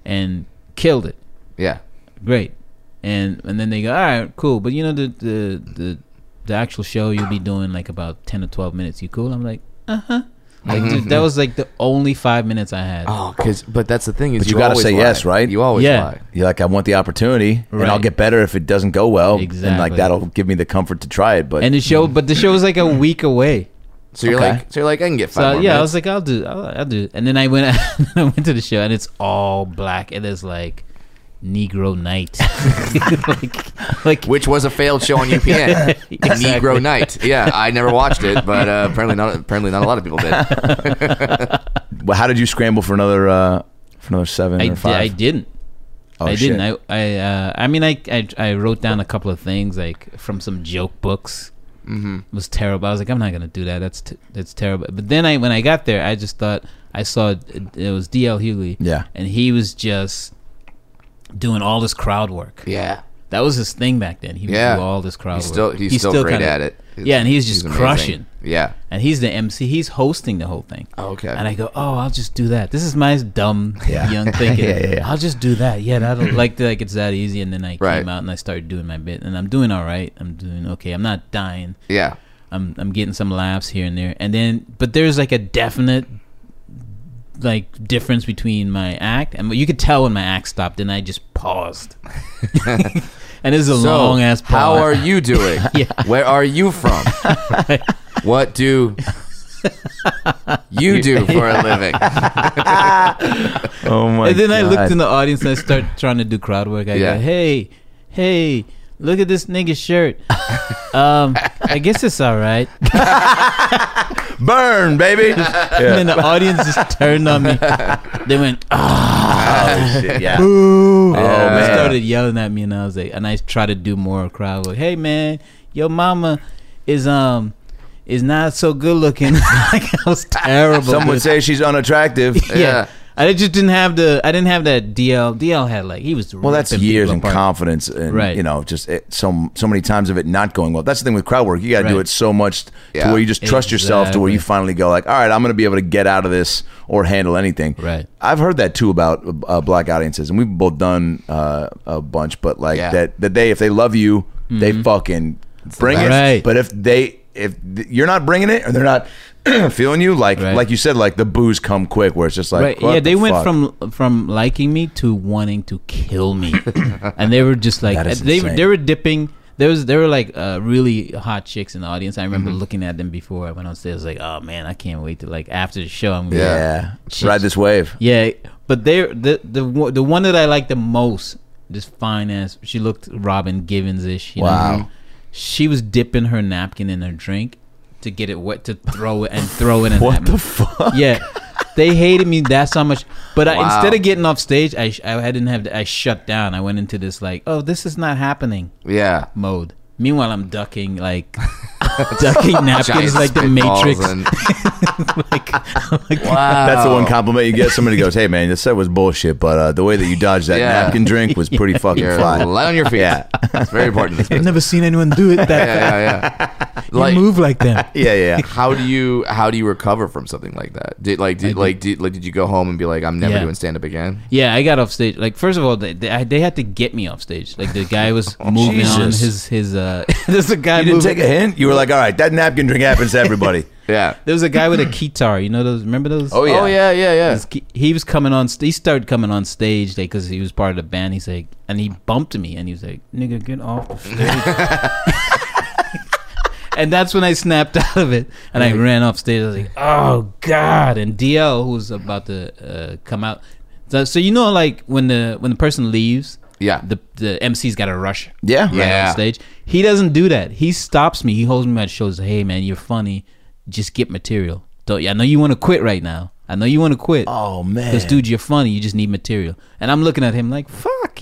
and killed it yeah, great and and then they go all right cool but you know the the the, the actual show you'll be doing like about 10 or 12 minutes you cool i'm like uh-huh like dude, that was like the only five minutes i had Mm-hmm. oh, because but that's the thing is But you gotta always say lie. yes, right? You always Yeah. lie. You're like, I want the opportunity, and I'll Right. get better if it doesn't go well. And like Exactly. that'll give me the comfort to try it. But and the show but the show was like a week away So you're Okay. like, so you're like, I can get so five. more yeah i minutes. was like i'll do i'll, I'll do it. and then i went *laughs* i went to the show and it's all black and there's like negro night *laughs* *laughs* like like which was a failed *laughs* show on UPN. Negro Night. Yeah, I never watched it, but uh, apparently not. Apparently not a lot of people did. Well, how did you scramble for another uh, for another seven I, or di- I five? didn't oh, I shit. didn't. I I uh, I mean, I, I I wrote down a couple of things like from some joke books. Mm-hmm. It was terrible. I was like, I'm not gonna do that. That's t- that's terrible. But then I when I got there, I just thought I saw it, it was D.L. Hughley. Yeah. and he was just doing all this crowd work. Yeah, That was his thing back then. He would Yeah. do all this crowd he's work. still he's, still, great kinda- at it. Yeah, and he's just amazing. crushing. Yeah. And he's the MC. He's hosting the whole thing. Oh, okay. And I go, oh, I'll just do that. This is my dumb young thinking. Yeah, yeah, yeah. I'll just do that. Yeah, that'll like like it's that easy. And then I Right. came out and I started doing my bit, and I'm doing all right. I'm doing okay. I'm not dying. Yeah. I'm I'm getting some laughs here and there. And then, but there's like a definite like difference between my act and you could tell when my act stopped. And I just paused. *laughs* and it's a So, long ass pause. how are you doing? *laughs* Yeah. Where are *laughs* you from? what do you do for a living? Oh my! and then I God. looked in the audience and I *laughs* started trying to do crowd work. I Yeah. go, hey, hey, look at this nigga's shirt. um, I guess it's *laughs* all right. burn, baby. *laughs* And then the audience just turned *laughs* on me. They went, Oh, shit, yeah. oh, man. started yelling at me, and I was like, and I tried to do more crowd work. Hey, man, your mama, is um is not so good looking. *laughs* like I was terrible. Some would dude. say she's unattractive. *laughs* *laughs* yeah. Yeah. I just didn't have the I didn't have that DL DL had like he was Well, that's ripping years people in apart. confidence, and Right. you know, just it, so so many times of it not going well. That's the thing with crowd work; you got to do Right. it so much to Yeah. where you just trust yourself to where you Exactly. finally go like, all right, I'm going to be able to get out of this or handle anything. Right. I've heard that too about uh, black audiences, and we've both done uh, a bunch, but like Yeah. that that they if they love you, they fucking bring it. Mm-hmm. best. Right. But if they if th- you're not bringing it or they're not *clears throat* feeling you, like Right. like you said, like the booze come quick, where it's just like, right. what Yeah, they the went fuck? from from liking me to wanting to kill *laughs* me, and they were just like uh, That is they insane. they were dipping. There was there were like uh, really hot chicks in the audience. I remember Mm-hmm. looking at them before I went upstairs. Like, oh man, I can't wait to like after the show. I'm gonna yeah, ride this wave. Yeah, but they the the one- the one that I like the most, this fine ass. She looked Robin Givens ish. Wow. she was dipping her napkin in her drink to get it wet to throw it and throw *laughs* it in. What at me. the fuck? Yeah, they hated me. That's how much. But I, instead of getting off stage, I sh- I didn't have. To, I shut down. I went into this like, oh, this is not happening Yeah. mode. Meanwhile, I'm ducking *laughs* like ducking napkins Giant like the spitballs Matrix. and- *laughs* like, wow. That's the one compliment you get. Somebody *laughs* goes, "Hey man, this set was bullshit, but uh, the way that you dodged that *laughs* Yeah. napkin drink was pretty fucking You're fly." light on your feet. Yeah. It's very important. *laughs* in I've this business. never seen anyone do it that. yeah, yeah, *laughs* yeah. Like, move like them. *laughs* yeah, *laughs* yeah. yeah. how do you how do you recover from something like that? Did like did like did, like did you go home and be like I'm never Yeah. doing stand up again? *laughs* Yeah, I got off stage. Like first of all, they they, I, they had to get me off stage. Like the guy *laughs* was moving on Oh, Jesus. his his. uh *laughs* There's a guy. You didn't moving- take a hint. You were like, "All right, that napkin drink happens to everybody." Yeah. There was a guy with a *laughs* guitar. You know those? Remember those? Oh, Oh yeah, yeah, yeah. His ki- He was coming on. st- He started coming on stage because he was part of the band. He's like, and he bumped me, and he was like, "Nigga, get off the *laughs* stage." and that's when I snapped *laughs* out of it, and I ran off stage. I was like, "Oh God!" And DL, who was about to uh, come out, so, so you know, like when the when the person leaves, Yeah. the the MC's got to rush Yeah, right *laughs* Yeah. on stage. He doesn't do that. He stops me. He holds me by the shoulders. Hey, man, you're funny. Just get material. Don't. I know you want to quit right now. I know you want to quit. Oh man, Because, dude, you're funny. You just need material. And I'm looking at him like, fuck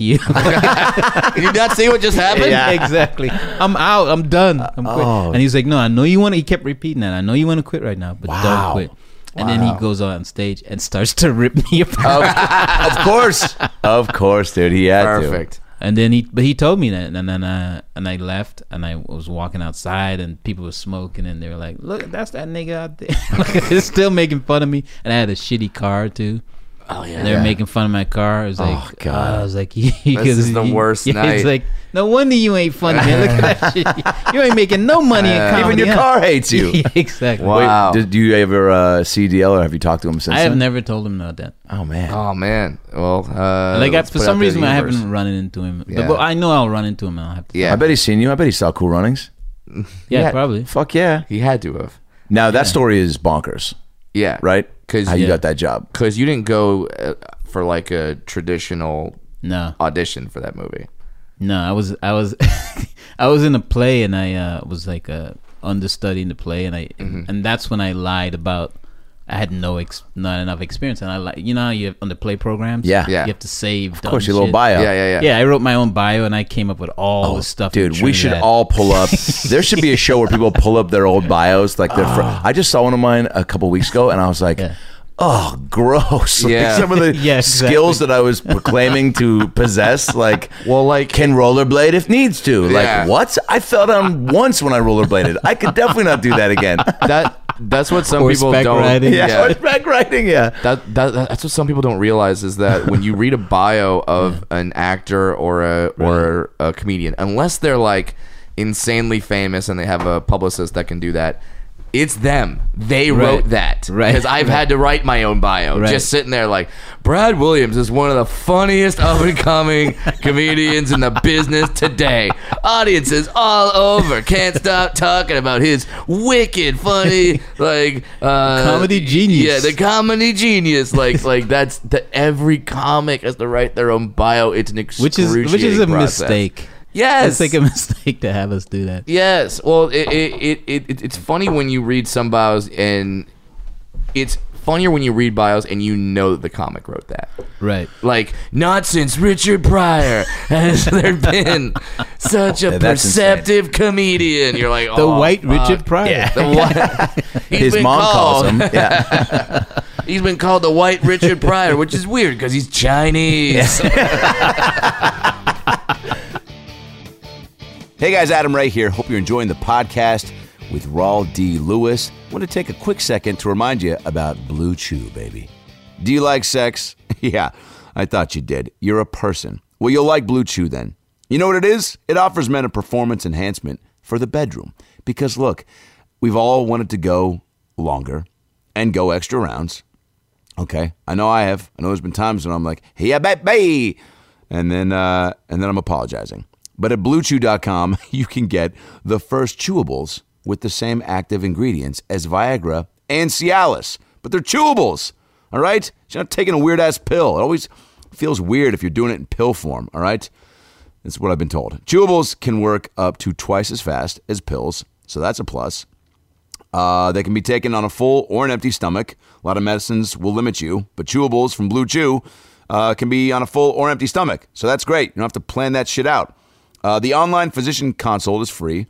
*laughs* you. *laughs* Did you not see what just happened? exactly. I'm out. I'm done. I'm quit. Oh. And he's like, no, I know you want to. He kept repeating that. I know you want to quit right now, but don't quit. And then he goes on stage and starts to rip me *laughs* apart. *laughs* of course, of course, dude. He *laughs* had Perfect. And then he, but he told me that, and then uh, and I left, and I was walking outside, and people were smoking, and they were like, "Look, that's that nigga out there." *laughs* *laughs* like, they're still making fun of me, and I had a shitty car too. Oh yeah, they were making fun of my car. I was like, God. uh, I was like, *laughs* this Oh, is the worst Yeah, night. It's like, no wonder you ain't funny, man. Look at that *laughs* shit. You ain't making no money in Uh, to. comedy. Even your huh? *laughs* car hates *laughs* you. Yeah, exactly. Wow. Wait, did you ever uh, see DL or have you talked to him since? I have then? never told him about that. Oh man. Oh man. Well, uh, like, I, let's for put some it out there to reason, the I universe. haven't run into him. Yeah. But I know I'll run into him. And I'll have to. Yeah. I bet he's seen you. I bet he saw Cool Runnings. Yeah, Yeah. probably. Fuck yeah. He had to have. Now that story is bonkers, Yeah. right? Because How you got that job? because you didn't go uh, for like a traditional No. audition for that movie. No, I was I was *laughs* I was in a play and I uh, was like uh, understudying the play and I Mm-hmm. and that's when I lied about I had no ex- not enough experience and I like you know how you have on the play programs Yeah. Yeah. you have to save Of course, your little bio. Oh, Yeah, yeah, yeah. yeah. I wrote my own bio and I came up with all the stuff from Dude, we should Trinidad. all pull *laughs* up. there should be a show where people pull up their old bios, like their. fr- Ah. I just saw one of mine a couple weeks ago, and I was like. Oh, gross! *laughs* Like, *laughs* Yeah. some of the Yeah, exactly. skills that I was proclaiming to possess, like Well, like- can rollerblade if needs to. Yeah. Like what? I fell down once when I rollerbladed. I could definitely not do that again. That that's what some people Horseback don't. riding. Yeah, *laughs* *laughs* yeah. horseback riding. Yeah, That, that that's what some people don't realize is that when you read a bio *laughs* of an actor or a or a comedian, unless they're like insanely famous and they have a publicist that can do that, it's them. They wrote that Right. because I've had to write my own bio. Right. Just sitting there like Brad Williams is one of the *laughs* funniest up and coming comedians in the business today. Audiences all over can't stop talking about his *laughs* wicked funny like uh, Comedy genius. Yeah, the comedy genius. *laughs* Like like that's that every comic has to write their own bio. It's an which is excruciating which is a process. mistake. Yes, It's like a *laughs* mistake to have us do that. yes. Well, it it, it it it's funny when you read some bios and it's funnier when you read bios and you know that the comic wrote that. Right. Like, not since Richard Pryor *laughs* has there been such a Yeah, that's insane. perceptive comedian. You're like, The "Oh, white fuck." Richard Pryor. *laughs* The white. His mom calls *laughs* him. Yeah. He's been called the white Richard Pryor, which is weird because he's Chinese. Hey guys, Adam Ray here. Hope you're enjoying the podcast with Raul D. Lewis. Want to take a quick second to remind you about Blue Chew, baby. Do you like sex? *laughs* yeah, I thought you did. You're a person. Well, you'll like Blue Chew then. You know what it is? It offers men a performance enhancement for the bedroom. Because look, we've all wanted to go longer and go extra rounds. Okay, I know I have. I know there's been times when I'm like, "Hey, yeah, baby," and then uh, and then I'm apologizing. But at BlueChew.com, *laughs* you can get the first chewables with the same active ingredients as Viagra and Cialis, but they're chewables. All right, you're not taking a weird ass pill. It always feels weird if you're doing it in pill form. All right. It's what I've been told. Chewables can work up to twice as fast as pills, so that's a plus. Uh, they can be taken on a full or an empty stomach. A lot of medicines will limit you, but chewables from Blue Chew uh, can be on a full or empty stomach. So that's great. You don't have to plan that shit out. Uh, the online physician consult is free,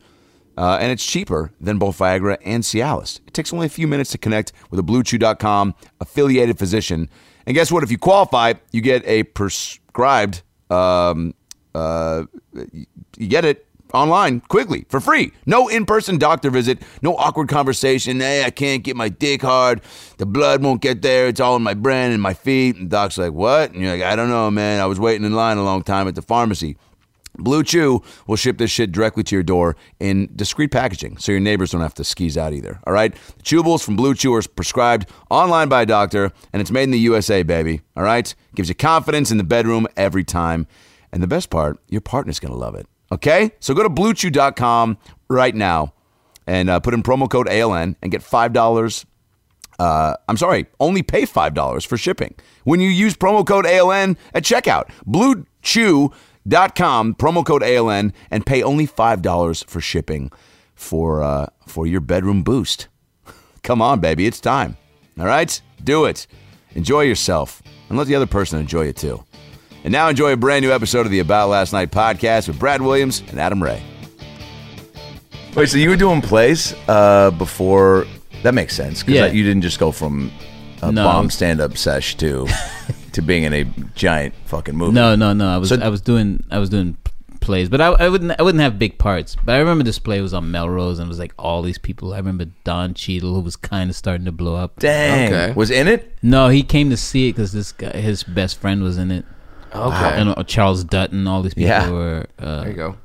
uh, and it's cheaper than both Viagra and Cialis. It takes only a few minutes to connect with a BlueChew.com affiliated physician. And guess what? If you qualify, you get a prescribed um, you get it online quickly for free. No in-person doctor visit, no awkward conversation. Hey, I can't get my dick hard. The blood won't get there. It's all in my brain and my feet. And doc's like, "What?" And you're like, "I don't know, man. I was waiting in line a long time at the pharmacy." Blue Chew will ship this shit directly to your door in discreet packaging, so your neighbors don't have to skis out either. All right, the chewables from Blue Chew are prescribed online by a doctor, and it's made in the USA, baby. All right, gives you confidence in the bedroom every time, and the best part, your partner's gonna love it. Okay, so go to BlueChew.com right now and uh, put in promo code ALN and get five dollars uh, I'm sorry, only pay $5 for shipping when you use promo code ALN at checkout. BlueChew.com, promo code ALN, and pay only $5 for shipping for, uh, for your bedroom boost. Come on, baby, it's time. All right? Do it. Enjoy yourself and let the other person enjoy it too. And now enjoy a brand new episode of the About Last Night podcast with Brad Williams and Adam Ray. Wait, so you were doing plays uh, before? That makes sense because Yeah. you didn't just go from a No. bomb stand-up sesh *laughs* to to being in a giant fucking movie. No, no, no. I was So- I was doing I was doing p- plays, but I, I wouldn't I wouldn't have big parts. But I remember this play was on Melrose, and it was like all these people. I remember Don Cheadle, who was kind of starting to blow up. dang, Okay. was in it. No, he came to see it because this guy, his best friend, was in it. Okay. and uh, Charles Dutton, all these people Yeah. were, uh, there you go.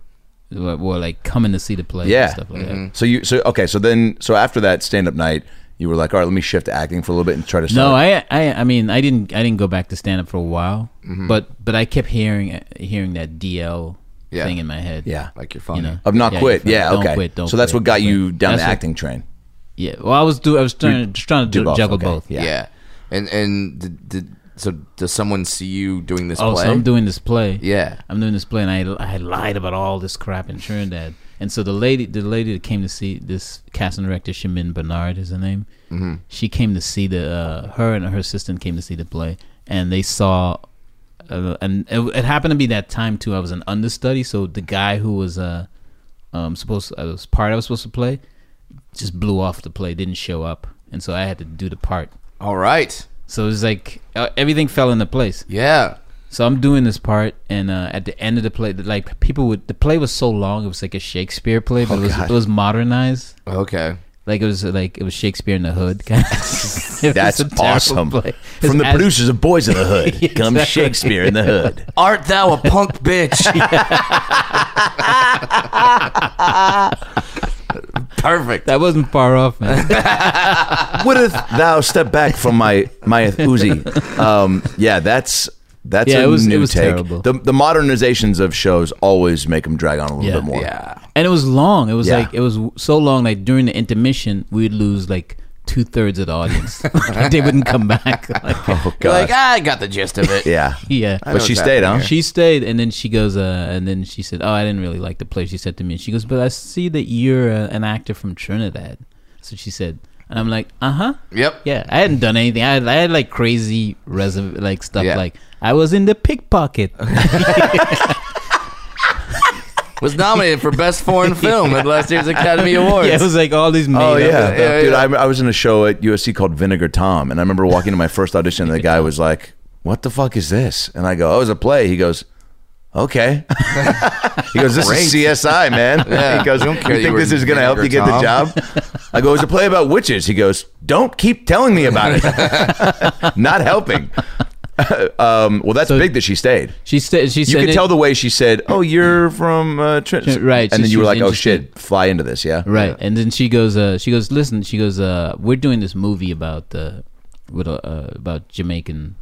were were like coming to see the play. Yeah. Mm-hmm. and stuff like Mm-hmm. that. So you so okay. So then so after that stand-up night, you were like, all right, let me shift to acting for a little bit and try to. No, start- I, I, I mean, I didn't, I didn't go back to stand up for a while, Mm-hmm. but, but I kept hearing, hearing that DL Yeah. thing in my head. yeah, Like Oh, you're funny. You know, of not Yeah, quit. you're Yeah, fine. Don't okay. quit, don't so that's quit, what got don't you quit. down That's the what- acting *laughs* train. Yeah. Well, I was do, I was trying, just trying to do do, both, juggle okay. both. Yeah. Yeah. And and did, did, so does someone see you doing this Oh, play? so I'm doing this play. Yeah. I'm doing this play, and I, I lied about all this crap in Trinidad. And so the lady, the lady that came to see this casting director, Shamin Bernard is her name. Mm-hmm. She came to see the, uh, her and her assistant came to see the play, and they saw, uh, and it, it happened to be that time too. I was an understudy, so the guy who was uh, um, supposed, I was part I was supposed to play, just blew off the play, didn't show up, and so I had to do the part. All right. So it was like uh, everything fell into place. Yeah. So I'm doing this part, and uh, at the end of the play, like people would. The play was so long; it was like a Shakespeare play, Oh, but it, was, it was modernized. Okay. Like it was uh, like it was Shakespeare in the Hood. Kind *laughs* of. *laughs* That's awesome. From the producers of Boys in the *laughs* Hood, come Shakespeare in the Hood. Art thou a punk bitch? *laughs* Perfect. That wasn't far *laughs* off, man. Would have thou step back from my my Uzi? Um, yeah, that's that's Yeah, a it was- it new was take. terrible. The the modernizations of shows always make them drag on a little Yeah. bit more. Yeah. and it was long. It was Yeah. like it was w- so long. Like during the intermission, we'd lose like two thirds of the audience. *laughs* Like, they wouldn't come back. *laughs* Like, Oh You're god. like, "Ah, I got the gist of it. yeah. yeah. But she what's stayed, huh? happening Oh, She stayed, and then she goes, uh, and then she said, "Oh, I didn't really like the play." She said to me, "She goes, but I see that you're uh, an actor from Trinidad." So she said, And I'm like, uh huh. Yep. Yeah, I hadn't done anything. I had, I had like crazy reserv- like stuff Yeah. like I was in *laughs* the pickpocket. *laughs* Was nominated for best *laughs* foreign film at last year's Academy Awards. yeah, it was like all these made Oh up yeah, stuff. yeah, dude. uh, yeah. I, I was in a show at USC called Vinegar Tom, and I remember walking to my first audition, and the guy was like, "What the fuck is this?" And I go, "Oh, it's a play." He goes. Okay. *laughs* he goes, This is CSI, man. *laughs* Yeah. He goes, Don't You care that you think were this is going to help you get Vinegar the job? I go, It's a play about witches. He goes, Don't keep telling me about it. *laughs* Not helping. um, well, that's big that she stayed. She said she You said could it- tell the way she said, "Oh, you're from uh, Trin-" Right, and she- then you she were was like, "Oh interested. shit, fly into this, yeah." right. And then she goes, uh, she goes, listen, she goes, uh, we're doing this movie about uh, with uh, uh, about Jamaican.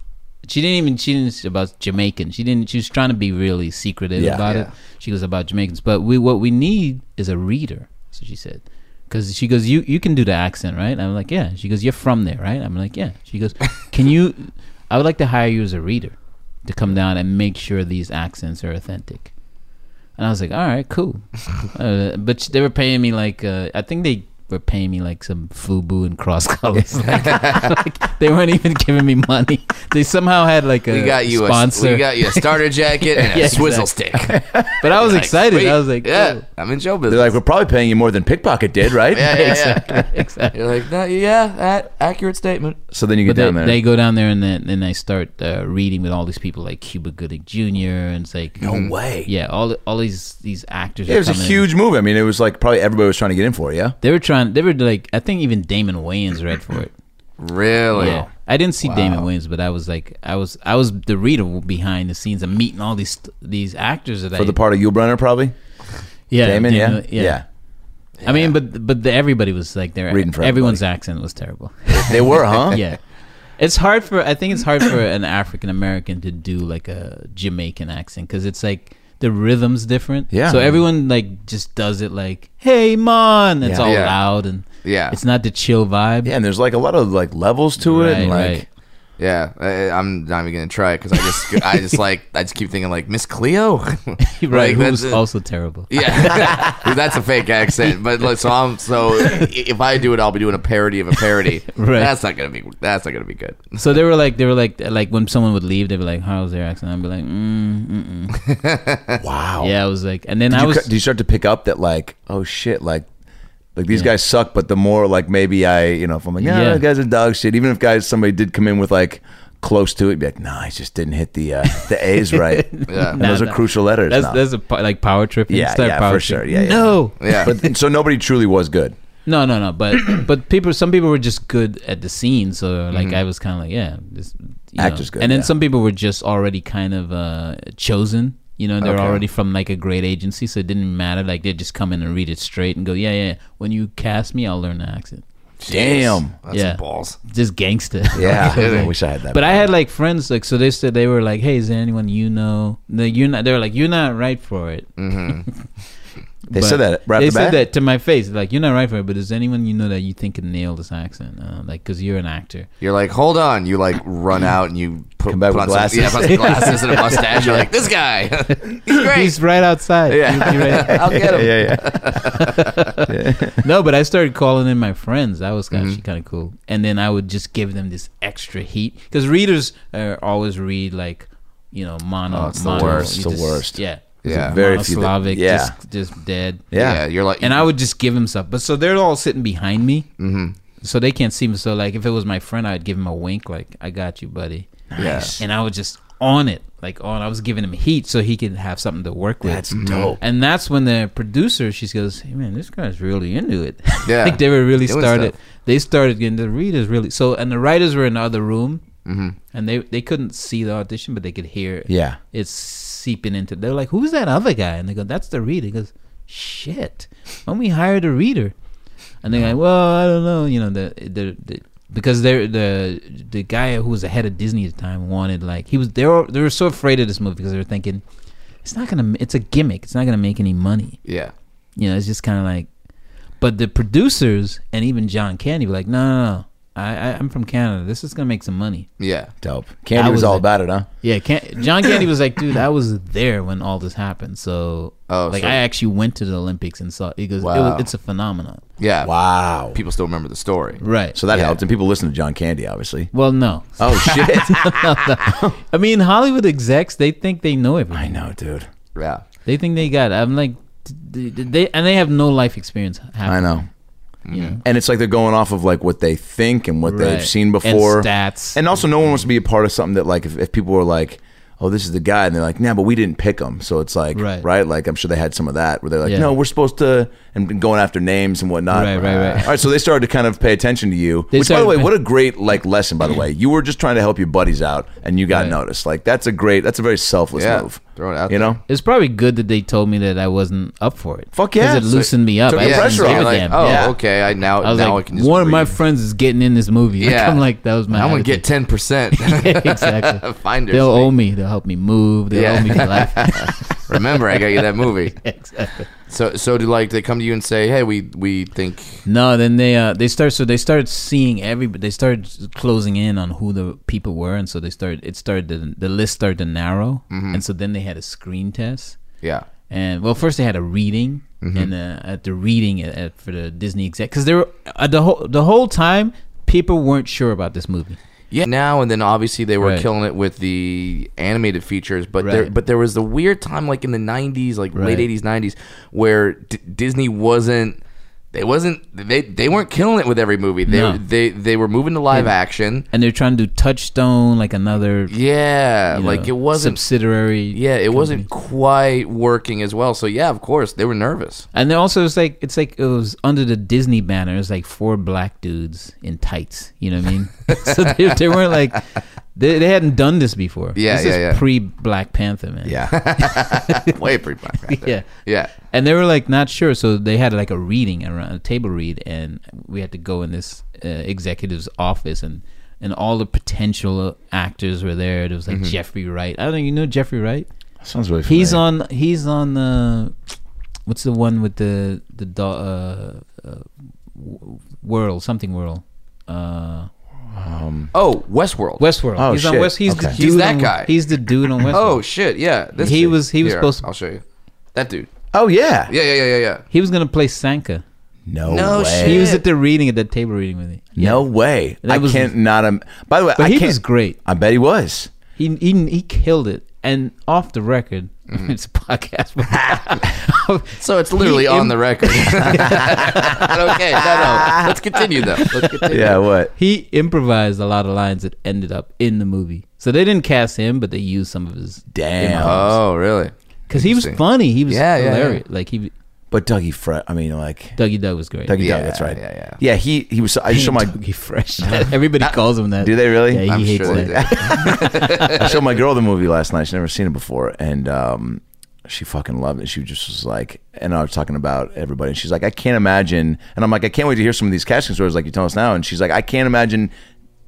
She didn't even she didn't s- about Jamaican. She didn't. She was trying to be really secretive Yeah. about it. She goes about Jamaicans, but we what we need is a reader. So she said. Because she goes, you you can do the accent, right? I'm like, yeah. She goes, you're from there, right? I'm like, yeah. *laughs* She goes, can you? I would like to hire you as a reader to come down and make sure these accents are authentic. And I was like, all right, *laughs* cool. uh, but they were paying me like, uh, I think they were paying me like some FUBU and cross *laughs* colors. like, like, they weren't even giving me money. They somehow had like a We got you sponsor. a we got you *laughs* a starter jacket and a Yeah, swizzle stick. but I was Like, excited. *laughs* sweet. I was like, yeah, yeah, I'm in show business. They're like, "We're probably paying you more than Pickpocket did, right?" yeah, yeah, yeah. exactly. *laughs* You're like, no, yeah, that accurate statement. So then you get But they, down there. they go down there and then and I start uh, reading with all these people like Cuba Gooding Jr. and it's like, no way. Mm. yeah, all all these these actors. It was a coming in. huge move. I mean, it was like probably everybody was trying to get in for it, yeah? They were trying. They were like, I think even Damon Wayans read for it. Really? Yeah, I didn't see Damon Wayans, but I was like, I was, I was the reader behind the scenes. I'm meeting all these these actors that I For the part of Yulbrunner, probably? yeah, Damon, yeah? yeah, I mean, but but the, everybody was like there. Reading for everyone's accent was terrible. They were, *laughs* huh? *laughs* yeah, it's hard for. I think it's hard for an African American to do like a Jamaican accent because it's like the rhythm's different. Yeah. so everyone like just does it like, "Hey, man," it's Yeah. all Yeah. loud and Yeah. it's not the chill vibe. Yeah, and there's like a lot of like levels to it. and like, Right, Yeah, I, I'm not even gonna try it because I just, *laughs* I just like, I just keep thinking like Miss Cleo, *laughs* right, right. Like, who's that's- also terrible. Yeah, *laughs* Dude, that's a fake accent. But like, so I'm so i- if I do it, I'll be doing a parody of a parody. *laughs* Right. That's not gonna be. That's not gonna be good. So they were like, they were like, like when someone would leave, they'd be like, "How's their accent?" I'd be like, mm, *laughs* mm-mm. wow. "Yeah." I was like, and then Did I you, was, cut- did you start to pick up that like, oh shit, like, like these guys suck, but the more like maybe I, you know, if I'm like, yeah, Yeah. those guys are dog shit. Even if guys, somebody did come in with like close to it, be like, nah, I just didn't hit the uh, the A's *laughs* right. Yeah. And those Nah, are nah. crucial letters. that's now. that's a po- like power trip. and Yeah, stuff, yeah, power for trip. sure. Yeah, yeah. no, Yeah. but so nobody truly was good. no, no, *clears throat* no. But but people, some people were just good at the scene. So like, I was kind of like, yeah, this, Actors you know. Mm-hmm. good, And then yeah. some people were just already kind of uh, chosen. You know, they're already from like a great agency, so it didn't matter. Like they just come in and read it straight and go, yeah, yeah. When you cast me, I'll learn the accent. Damn. That's Yeah. some balls. Just gangster. Yeah, kidding. *laughs* I wish I had that. But I had like friends like so they said they were like, "Hey, is there anyone you know?" No, you're not. They were like, "You're not right for it." Mm, they said that right they off the said bat. that to my face, like, "You're not right for it." But is there anyone you know that you think can nail this accent? Uh, like, because you're an actor. You're like, hold on. You like run out and you put, Come back with put on glasses. Some, yeah, put on some glasses and a mustache. You're like, this guy. *laughs* He's great. He's right outside. *laughs* *laughs* Yeah. He's right- I'll get him. *laughs* yeah, yeah. no, but I started calling in my friends. That was Mm-hmm. actually kind of cool. And then I would just give them this extra heat because readers uh, always read like, you know, mono. Oh, it's the mono- worst. you It's the just- worst. Yeah. Yeah. Very few. that- Slavic, yeah. just, just dead. yeah. Yeah, You're like, and I would just give him stuff. But so they're all sitting behind me, mm-hmm. so they can't see me. So like, if it was my friend, I'd give him a wink, like "I got you, buddy," yeah. and I would just on it, like on. I was giving him heat so he could have something to work with. That's dope. And that's when the producer she goes, "Hey man, this guy's really into it." *laughs* Yeah. like they were really Doing started. stuff. They started getting the readers really so, and the writers were in the other room, mm-hmm. and they they couldn't see the audition, but they could hear. Yeah. it's seeping into. They're like, "Who's that other guy?" And they go, "That's the reader." He goes, "Shit, why don't we hire the reader?" And they're like, "Well, I don't know, you know the the." the because they're the the guy who was the head of Disney at the time wanted like he was they were they were so afraid of this movie because they were thinking it's not gonna it's a gimmick it's not gonna make any money Yeah. you know it's just kind of like but the producers and even john candy were like no no no I, I I'm from Canada. This is gonna make some money. Yeah. Dope. Candy I was, was all a- about it, huh? Yeah, Can- John Candy was like, dude, I was there when all this happened. So, Oh, like, so- I actually went to the Olympics and saw. He goes, it Wow. was, it's a phenomenon, Yeah. Wow. People still remember the story. right? So that helped, and people listen to John Candy, obviously. well, no, *laughs* Oh shit! I mean Hollywood execs, they think they know everything. I know, dude. Yeah. They think they got. It. I'm like, they, they and they have no life experience. Happening. I know. And it's like they're going off of like what they think and what Right. they've seen And before stats. And also, no one wants to be a part of something that like if, if people were like, "Oh, this is the guy," and they're like, "Nah, but we didn't pick him," so it's like, Right. right? Like I'm sure they had some of that where they're like, Yeah. "No, we're supposed to," and going after names and whatnot. Right, right, right. All right, so they started to kind of pay attention to you. They which, by the started way, pay- what a great like lesson. By the way, you were just trying to help your buddies out, and you got Right. noticed. Like that's a great. That's a very selfless Yeah. move. Throw it out You there. know. It's probably good that they told me that I wasn't up for it. Fuck yeah. because it loosened me up. took I the didn't pressure give off. a You're like, damn. oh, Yeah. okay. I now I was now like, I can just one of my breathe. friends is getting in this movie. *laughs* Like, Yeah. I'm like, that was my. I'm gonna attitude. get ten percent. *laughs* *laughs* exactly. *laughs* Finders. They'll fee. owe me. They'll help me move. They'll Yeah. owe me for life. Remember, I got you that movie. *laughs* exactly. So, so do like they come to you and say, "Hey, we we think *laughs* No, then they uh, they start so they started seeing everybody. They started closing in on who the people were, and so they started. It started to, the list started to narrow, Mm-hmm. and so then they had a screen test. yeah, And well, first they had a reading, Mm-hmm. and uh, at the reading at, at, for the Disney exec, because they were uh, the whole the whole time people weren't sure about this movie. yeah." Now and then, obviously, they were Right. killing it with the animated features, but there Right. but there was the weird time, like in the '90s, like Right. late '80s, '90s, where D- Disney wasn't. They wasn't they they weren't killing it with every movie. They No. they they were moving to live action. And they're trying to do Touchstone, like another Yeah, you like know, it wasn't subsidiary. yeah, it wasn't quite working as well. So yeah, of course, they were nervous. *laughs* And then also it's like it's like it was under the Disney banner. It's like four black dudes in tights. You know what I *laughs* mean? *laughs* so they, they weren't like they, they hadn't done this before. Yeah, this yeah, is yeah. Pre Black Panther, man. Yeah. *laughs* Way pretty much. right there. yeah. Yeah. And they were like not sure, so they had like a reading around a table read, and we had to go in this uh, executive's office, and and all the potential actors were there. There was Mm-hmm. like Jeffrey Wright. I don't know. You know Jeffrey Wright? Sounds really. He's familiar. on. He's on. Uh, what's the one with the the do- uh, uh, w- whirl something whirl? Uh, Oh, Westworld. Westworld. Oh, he's on shit. West. He's the Okay. dude He's that on- guy. He's the dude on Westworld. Oh shit! Yeah, this He dude. was- he was Here, supposed to- I'll show you that dude. Oh yeah. Yeah, yeah, yeah, yeah, yeah. he was gonna play Sanka. No. No way. shit. He was at the reading at that table reading with me. No way. That I was- can't not. Um, by the way, But I he can't, was great. I bet he was. He he he killed it. And off the record, *laughs* it's a podcast. but- So it's literally He on im- *laughs* the record. *laughs* But okay, no, no. Let's continue though. Let's continue. Yeah. *laughs* What? he improvised a lot of lines that ended up in the movie. So they didn't cast him, but they used some of his Damn. Oh, really? because he was Interesting. funny. He was Yeah, yeah, yeah. hilarious. Like he, but Dougie Fresh. I mean, like Dougie Doug was great. *laughs* Dougie Yeah, Doug. That's right. yeah, yeah. Yeah. He he was. I showed my Dougie Fresh. Everybody calls him that. Do they really? Yeah, he I'm hates sure *laughs* they that. *laughs* I showed *laughs* my girl the movie last night. She's never seen it before, and um, she fucking loved it. She just was like, and I was talking about everybody, and she's like, I can't imagine. And I'm like, I can't wait to hear some of these casting stories like you tell us now. And she's like, I can't imagine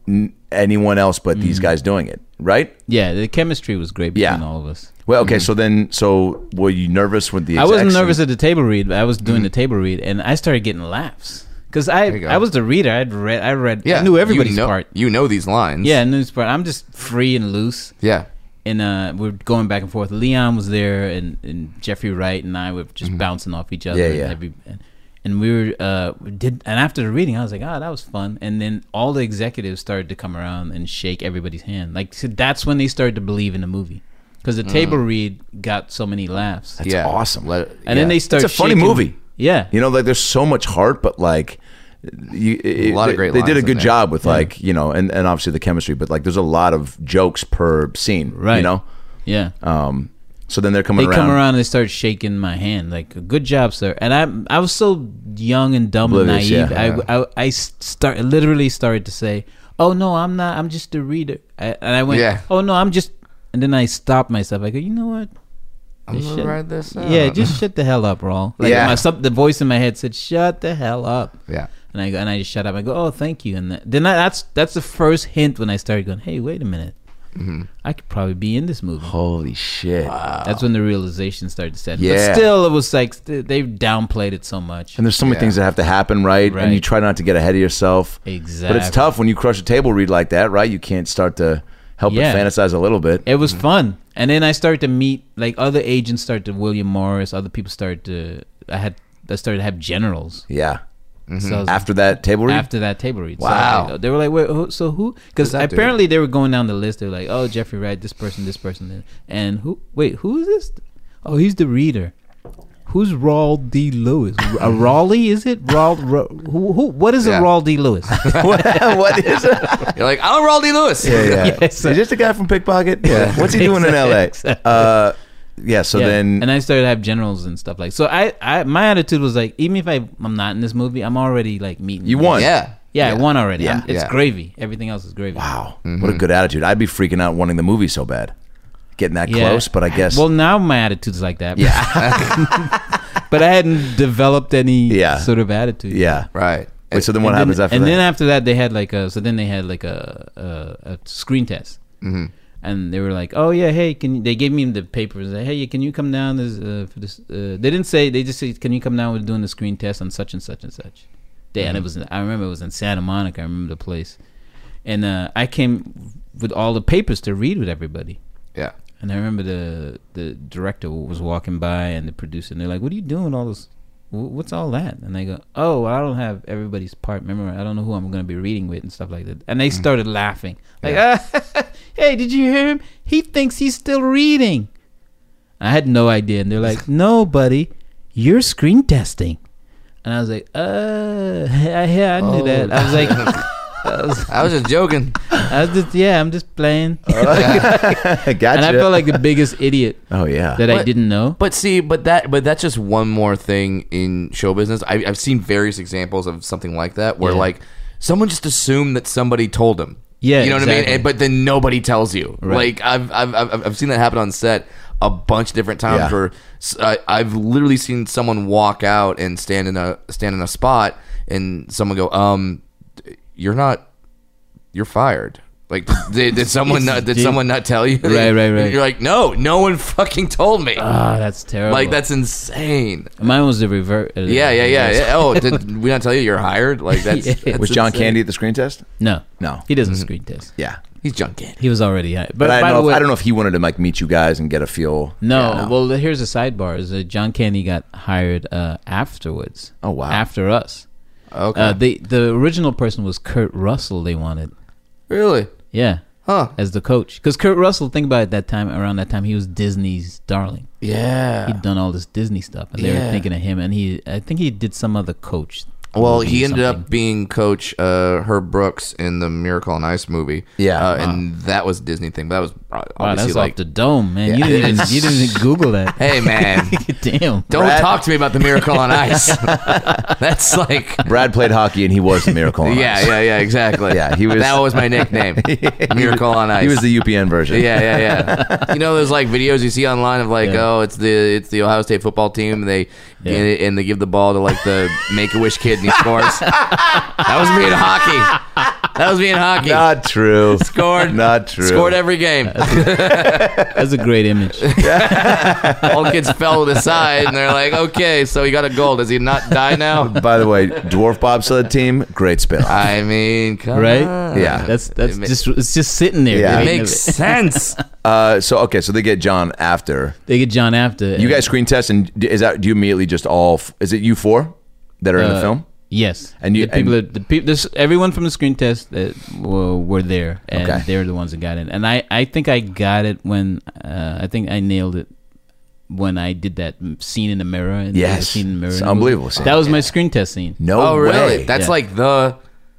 n- anyone else but Mm-hmm. these guys doing it, right? Yeah, the chemistry was great Yeah. between all of us. Well, okay. So then, so were you nervous with the? Mm-hmm. I wasn't execs? nervous at the table read, but I was doing the table read, and I started getting laughs because I you go. I was the reader. I'd read. I read. Yeah, I knew you everybody's know- part. You know these lines. Yeah, I knew his part. I'm just free and loose. yeah. and uh, we're going back and forth. Leon was there, and, and Jeffrey Wright and I were just bouncing off each other. Mm-hmm. Yeah, and yeah. every- and- and we were uh, we did, and after the reading, I was like, "Ah, that was fun." And then all the executives started to come around and shake everybody's hand. Like so that's when they started to believe in the movie, because the table read got so many laughs, Mm. That's Yeah. awesome. Let- and then yeah. they started. a funny shaking- movie. Yeah, You know, like there's so much heart, but like you, a lot of they, great They did lines a in good there. job with like you know, and, and obviously the chemistry, but like there's a lot of jokes per scene, right. You know, yeah. um, so then they're they coming around. come around and they start shaking my hand like good job sir and i i was so young and dumb Oblivious, and naive yeah. I, I i start literally started to say oh no i'm not i'm just a reader I, and i went Yeah. oh no i'm just and then i stopped myself i go you know what I'm Just gonna shut- write this. Out. yeah just shut the hell up Raul. like Yeah. my, sub, the voice in my head said shut the hell up *laughs* *laughs* yeah. and i go and i just shut up i go oh thank you and th- then I, that's that's the first hint when i started going hey wait a minute Mm-hmm. I could probably be in this movie. Holy shit. That's when the realization started setting. Yeah. But still, it was like st- they downplayed it so much. And there's so many things that have to happen, right? Right. And you try not to get ahead of yourself. But Exactly. it's tough when you crush a table read like that, right? You can't start to help Yeah. but fantasize a little bit. It was fun. And then I started to meet like other agents started to William Morris, other people started to I had I started to have generals. yeah. So I was- Mm-hmm. After that table read? after that table read. So Wow. I- they were like, wait, who, so who? Because that dude? apparently they were going down the list. They were like, oh, Jeffrey Wright, this person, this person, and- and who? Wait, who is this? Oh, he's the reader. Who's Rawl D. Lewis? *laughs* A Raleigh is it? Rawl? Ra- who, who? What is Yeah. a Rawl *laughs* D. Lewis? what is it? You're like, I'm Raul D. Lewis. Yeah, yeah. Yes. Is this the guy from Pickpocket? Yeah. What's he doing in LA? Uh, yeah, so Yeah. then. and I started to have generals and stuff like. So I, I, my attitude was like, even if I, I'm not in this movie, I'm already like meeting. you these won. *laughs* Yeah. Yeah, I won already. I'm- Yeah. it's Yeah. gravy. Everything else is gravy. Wow. What Mm-hmm. a good attitude. I'd be freaking out wanting the movie so bad. Getting that Yeah. close, but I guess. Well, now my attitude's like that. Yeah. *laughs* but I hadn't developed any Yeah. sort of attitude. yeah. Right. Wait, so then what happens and, after and that? then after that, they had like a. So then they had like a a, a screen test. Mm-hmm. And they were like, "Oh yeah, hey, can you, they gave me the papers? Like, hey, can you come down this, uh, for this?" Uh, they didn't say. They just said, "Can you come down with doing the screen test on such and such and such?" Day, Mm-hmm. and it was. in- I remember it was in Santa Monica. I remember the place, and uh, I came with all the papers to read with everybody. Yeah. And I remember the the director was walking by and the producer, and they're like, "What are you doing? with All those? wh- What's all that?" And I go, "Oh, well, I don't have everybody's part memorized. I don't know who I'm going to be reading with and stuff like that." And they started laughing, like, "Ah, *laughs* "Hey, did you hear him? He thinks he's still reading." I had no idea, and they're like, "No, buddy, you're screen testing." And I was like, "Uh, *laughs* yeah, I knew that." I was like, Oh. *laughs* I was, *laughs* I was *laughs* just joking. I was just, "Yeah, I'm just playing," *laughs* *laughs* gotcha. and I felt like the biggest *laughs* idiot oh, yeah. that I What? didn't know. But see, but that, but that's just one more thing in show business. I, I've seen various examples of something like that, where Yeah. like someone just assumed that somebody told them. Yeah, you know what I mean. exactly. And, but then nobody tells you. Right. Like I've, I've, I've, I've seen that happen on set a bunch of different times. Yeah. Where s- I, have literally seen someone walk out and stand in a stand in a spot, and someone go, "Um, you're not, you're fired." Like did, *laughs* did someone not, did Dude. someone not tell you? Right, right, right. *laughs* You're like, no, no one fucking told me. Ah, that's terrible. Oh. Like that's insane. mine was the uh, reverse. Yeah, yeah, yeah. yeah. Oh, did we not tell you you're *laughs* hired? Like that's, Yeah. that's was John insane. Candy at the screen test? No, No. he doesn't screen test. Yeah. He's John Candy. He was already hired. But, But I by don't, know the if, way, I don't know if he wanted to like meet you guys and get a feel. No, Yeah, well, here's a sidebar: is that John Candy got hired uh, afterwards. Oh, wow. After us, Okay. uh, the the original person was Kurt Russell. They wanted, really? yeah, Huh. as the coach, because Kurt Russell. Think about it. That time around that time, he was Disney's darling. Yeah. He'd done all this Disney stuff, and they were Yeah. thinking of him. And he, I think he did some other coach. Well, movie he or ended something. up being coach uh, Herb Brooks in the Miracle on Ice movie. Yeah. uh, and that was Disney thing. That was uh, Wow, obviously that's like, off the dome, man. You didn't even you didn't *laughs* even Google that. hey man, Damn. don't Brad- talk to me about the Miracle *laughs* on Ice. that's like, Brad played hockey and he was the *laughs* Miracle on yeah, Ice. yeah, yeah, exactly. Yeah, he was- That was *laughs* my nickname, Miracle on Ice. He was the UPN version. Yeah, yeah, yeah. you know those like videos you see online of like, Yeah. oh, it's the it's the Ohio State football team. And they Yeah. and, they- and they give the ball to like the Make a Wish kid and he scores. that was me in hockey. That was me in hockey. Not *laughs* true. scored. Not true. Scored every game. *laughs* That's a *laughs* great image. All the kids fell to the side, and they're like, "Okay, so he got a goal. Does he not *laughs* die now?" By the way, Dwarf Bobsled team, great spin. I mean, come Right? on. Yeah. That's that's It ma- just it's just sitting there. Yeah. It waiting *laughs* makes to- sense. Uh, so okay, so they get John after They get John after. you guys screen test, and d- is that do you immediately just all? f- Is it you four that are in the Uh, film? Yes. And you- the people and- that the people this everyone from the screen test that were, were there and Okay. they're the ones that got in. And I I think I got it when uh, I think I nailed it when I did that m- scene in the mirror. And the Yes. Scene in the mirror. It's in the movie. unbelievable scene. That was my screen test scene. No Oh, really? way. That's Yeah. like the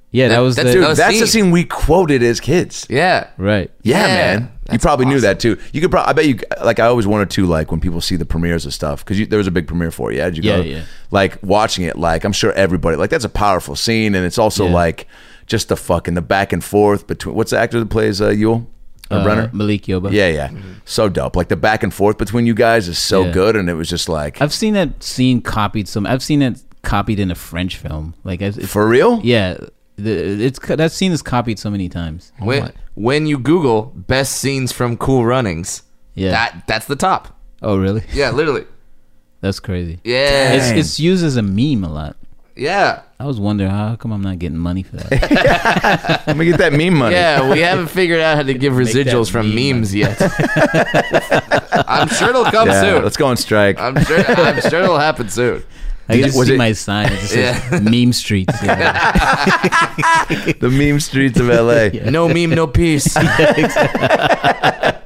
Yeah, that, That- was that's- the Dude, No that's the scene. scene we quoted as kids. yeah. right. Yeah, Yeah, man. You that's probably knew awesome. that too. You could probably, I bet you, like, I always wanted to, like, when people see the premieres of stuff, because there was a big premiere for it. Yeah, did you go? Yeah, yeah. Like, watching it, like, I'm sure everybody, like, that's a powerful scene. And it's also, Yeah. like, just the fucking, the back and forth between, what's the actor that plays uh, Yule? Or Uh, Brenner? Malik Yoba. Yeah, yeah. Mm-hmm. So dope. Like, the back and forth between you guys is so Yeah. good. And it was just like, I've seen that scene copied. Some I've seen it copied in a French film. Like I've, it's, for real? Oh yeah, the, it's co- that scene is copied so many times. When, when you Google best scenes from Cool Runnings, Yeah. that that's the top. oh, really? Yeah, literally. That's crazy. Yeah, It's, Dang. it's used as a meme a lot. yeah, I was wondering how come I'm not getting money *laughs* for that. Let me get that meme money. yeah. We haven't figured out how to give that residuals from meme. memes yet. *laughs* I'm sure it'll come Yeah, soon. let's go on strike. I'm sure. I'm sure it'll happen soon. I just was see it- my sign. It *laughs* just says meme streets. Yeah. the meme streets of *laughs* LA. No meme, *laughs* no peace.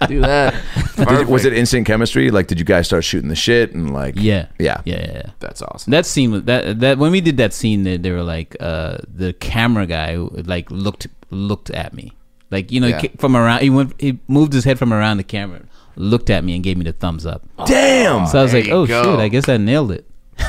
Do that. Did- was Perfect. it instant chemistry? Like, did you guys start shooting the shit and like? yeah. Yeah. Yeah. yeah, yeah. That's awesome. That scene was that that when we did that scene, they, they were like uh, the camera guy like looked looked at me, like you know Yeah. he ca- from around. He went, he moved his head from around the camera, looked at me, and gave me the thumbs up. Damn. so I was there like, you oh go. shoot, I guess I nailed it.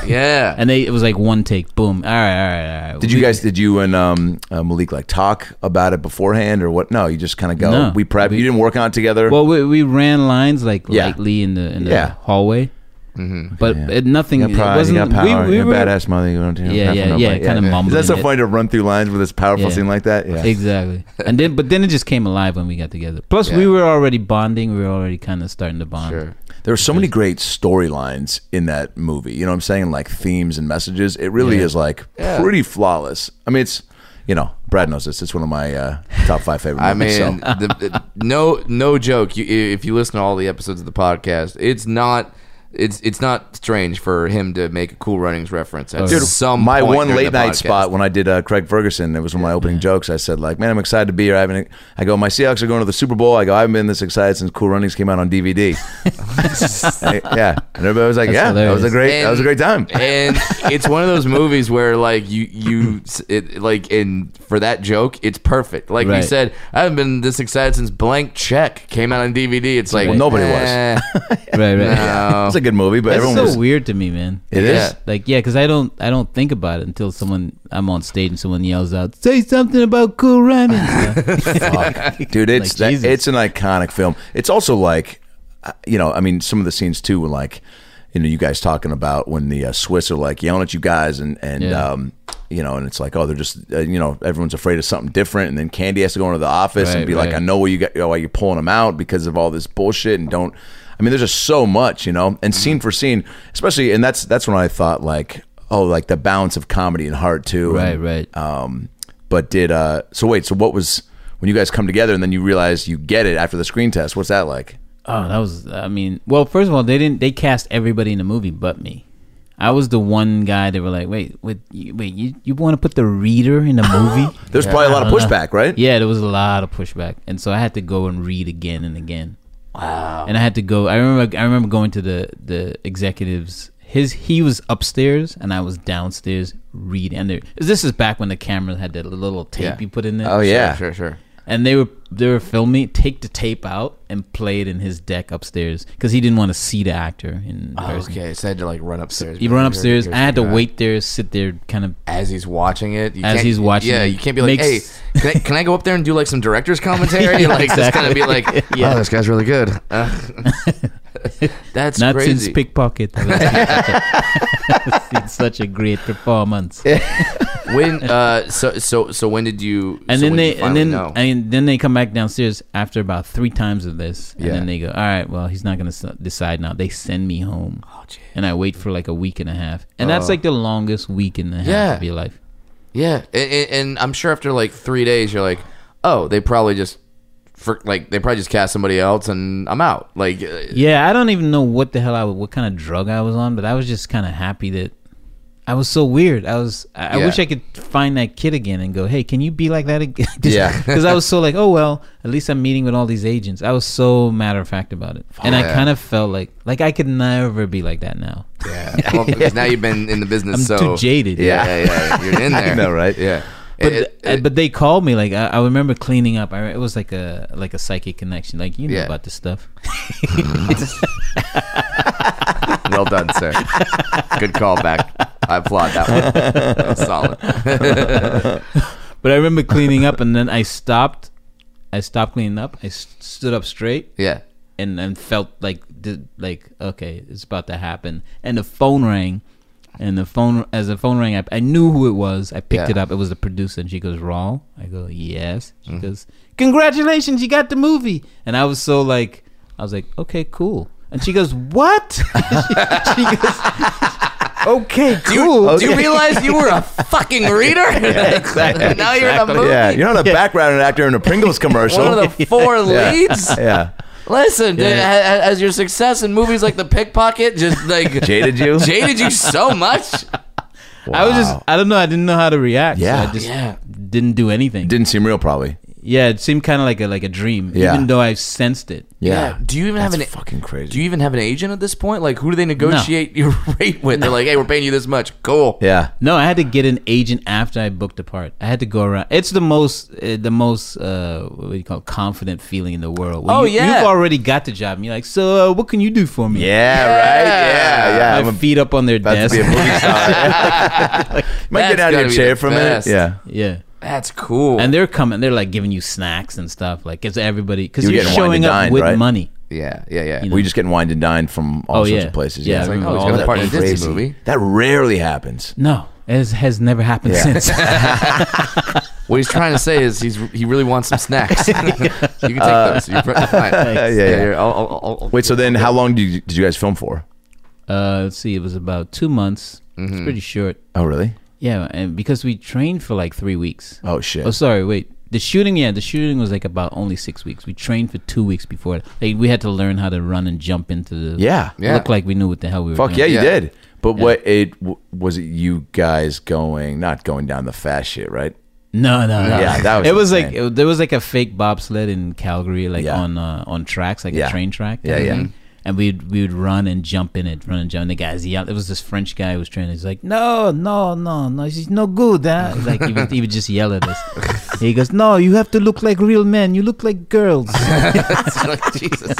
Yeah. And they it was like one take, boom. All right, all right, all right. Did you guys? Did you and um, uh, Malik like talk about it beforehand or what? No, you just kind of go. No. we prep. you didn't work on it together. Well, we, we ran lines like Yeah. lightly in the in the Yeah. hallway, Mm-hmm. but it, nothing. you got pride, it you got wasn't. power, we, we you're were, a badass mother. You don't Yeah, yeah, yeah, kinda mumbling That's so it. funny to run through lines with this powerful Yeah. scene like that. Yeah. Exactly. And then but then it just came alive when we got together. Plus Yeah. we were already bonding, we were already kind of starting to bond. Sure. There are Mm-hmm. so many great storylines in that movie. You know what I'm saying? Like themes and messages. It really is like pretty flawless. I mean, it's you know, Brad knows this. It's one of my uh, top five favorite. *laughs* I movies, so- mean, the, the- no, no joke. You, if you listen to all the episodes of the podcast, it's not, it's it's not strange for him to make a Cool Runnings reference at Dude, some. my point one during late the night podcast. spot when I did uh, Craig Ferguson. It was one of my opening jokes. I said like, "Man, I'm excited to be here." I haven't. I go, "My Seahawks are going to the Super Bowl." I go, "I haven't been this excited since Cool Runnings came out on *laughs* DVD." I- yeah, and everybody was like, That's "Yeah, that was a hilarious. great. that was a great time." And it's one of those movies where like you you it, like and for that joke, it's perfect. Like you Right. said, I haven't been this excited since Blank Check came out on DVD. It's like Well, nobody was. *laughs* eh, Right, right. no. *laughs* It's a good movie, but That's everyone so was. weird to me, man. It is. Yeah. Like yeah, cuz I don't I don't think about it until someone I'm on stage and someone yells out, "Say something about cool running." *laughs* dude it's Like, that- Jesus. it's an iconic film it's also like uh, you know i mean some of the scenes too were like you know you guys talking about when the uh, swiss are like yelling at you guys and and Yeah. um you know and it's like oh they're just uh, you know everyone's afraid of something different and then candy has to go into the office and Right, be like right. i know why you got why you're pulling them out because of all this bullshit and don't i mean there's just so much you know and Mm-hmm. scene for scene especially and that's that's when i thought like oh like the balance of comedy and heart too *laughs* right, and, right. um, but did uh, so wait? So what was when you guys come together and then you realize you get it after the screen test? What's that like? Oh, that was. I mean, well, first of all, they didn't. They cast everybody in the movie but me. I was the one guy they were like, wait, wait, you, wait, you, you want to put the reader in the *laughs* movie? There's probably a lot of I don't know. pushback, right? *laughs* Yeah, there was a lot of pushback, and so I had to go and read again and again. Wow. And I had to go. I remember. I remember going to the the executives. His he was upstairs and I was downstairs reading. And there, this is back when the camera had that little tape Yeah. you put in there. Oh yeah. sure, sure. And they were they were filming. Take the tape out and play it in his deck upstairs because he didn't want to see the actor in person. Oh, Okay, so I had to like run upstairs. You run upstairs. I had to wait there, sit there, kind of. uh, as he's watching it. You As can't- he's watching yeah, it, you can't be like, makes- hey, can I, can I go up there and do like *laughs* some director's commentary? Yeah, like, just kind of exactly. be like, *laughs* Yeah. oh, this guy's really good. *laughs* Uh, *laughs* that's Not crazy. since pickpocket. *laughs* it's such a *laughs* great performance. when uh, so so so when did you? and so then when did they you and finally then know? and then they come back downstairs after about three times of this, and Yeah. then they go, "All right, well, he's not going to decide now." They send me home, Oh, and I wait for like a week and a half, and that's like the longest week and a half Uh-huh. Yeah. of your life. yeah, and, and, and I'm sure after like three days, you're like, oh, they probably just. For, like they probably just cast somebody else and I'm out. Like uh, *laughs* Yeah, I don't even know what the hell I was, what kind of drug I was on, but I was just kind of happy that I was so weird. I was, I, Yeah. I wish I could find that kid again and go, hey, can you be like that *laughs* again? Yeah. because I was *laughs* so like, oh well, at least I'm meeting with all these agents. I was so matter of fact about it, and I Yeah. kind of felt like, like I could never be like that now. yeah. Well, because now you've been in the business I'm so too jaded. Yeah, yeah, yeah. *laughs* You're in there. I know, right? Yeah. But, It- it- uh, but they called me like I, I remember cleaning up. I, re- it was like a like a psychic connection. Like you know Yeah. about this stuff. *laughs* Well done, *laughs* sir. Good callback. I applaud that one. That was solid. But I remember cleaning up, and then I stopped. I stopped cleaning up. I s- stood up straight, yeah. and and felt like the, like okay, it's about to happen. And the phone rang, And the phone, as the phone rang, I, I knew who it was. I picked Yeah. it up. It was the producer, and she goes, "Raul." I go, "Yes." She Mm. goes, "Congratulations, you got the movie." And I was so like, I was like, "Okay, cool." And she goes, "What?" *laughs* she, she goes, *laughs* "Okay, cool." Do you realize you were *laughs* a fucking reader? exactly. *laughs* now you're in a *laughs* movie. Yeah, you're not a background actor in a Pringles commercial. *laughs* One of the *laughs* four yeah. leads. Yeah. Listen, dude, ha- ha- has your success in movies like The Pickpocket just like Jaded you? *laughs* jaded you so *laughs* much? I was just, oh, Wow. I don't know, I didn't know how to react. so Yeah. I just Yeah. didn't do anything. Didn't seem real, probably. yeah, it seemed kind of like a like a dream, Yeah. even though I sensed it. Yeah. Do you even have an That's fucking crazy. Do you even have an agent at this point? Like, who do they negotiate your *laughs* rate with? They're like, hey, we're paying you this much. Cool. yeah. No, I had to get an agent after I booked the part. I had to go around. It's the most, uh, the most, uh, what do you call, it? confident feeling in the world. When Oh, you, yeah. you've already got the job. And you're like, so uh, what can you do for me? Yeah, right? Yeah, yeah. my I'm feet up on their about desk. to be a movie star. *laughs* Might get That's out of gotta your be chair the for a minute. best. Yeah. *laughs* yeah, That's cool. and they're coming. They're like giving you snacks and stuff. Like it's everybody because You were you're getting wine showing and up dine, with right? money. yeah, yeah, yeah. We're just getting wined and dined from all Oh, sorts yeah. of places. Yeah, It's I like, remember oh, all he's got that a part in a being Disney crazy. movie. That rarely happens. No, it has never happened Yeah. since. *laughs* What he's trying to say is he's he really wants some *laughs* snacks. you can take those. You're fine. *laughs* *laughs* yeah, yeah. here, I'll- I'll- I'll- I'll- Wait, so then how long did you, did you guys film for? uh, let's see, it was about two months. It's pretty short. Oh, really? Yeah, and because we trained for like three weeks. Oh, shit. Oh, sorry. Wait. The shooting, yeah, the shooting was like about only six weeks. We trained for two weeks before. Like we had to learn how to run and jump into the. Yeah. Yeah. Look like we knew what the hell we were. Fuck yeah, doing. you Yeah. did. But what it w- was it you guys going not going down the fast shit, right? No, no, no. Yeah, that was it was insane. like it, there was like a fake bobsled in Calgary, like Yeah. on uh, on tracks, like Yeah. a train track. Yeah, yeah. Mhm. And we'd we would run and jump in it, run and jump. And the guys yelled. It was this French guy who was training. He's like, "No, no, no, no, this is no *laughs* good." Huh? Like he would, he would just yell at us. he goes, "No, you have to look like real men. You look like girls." *laughs* Jesus.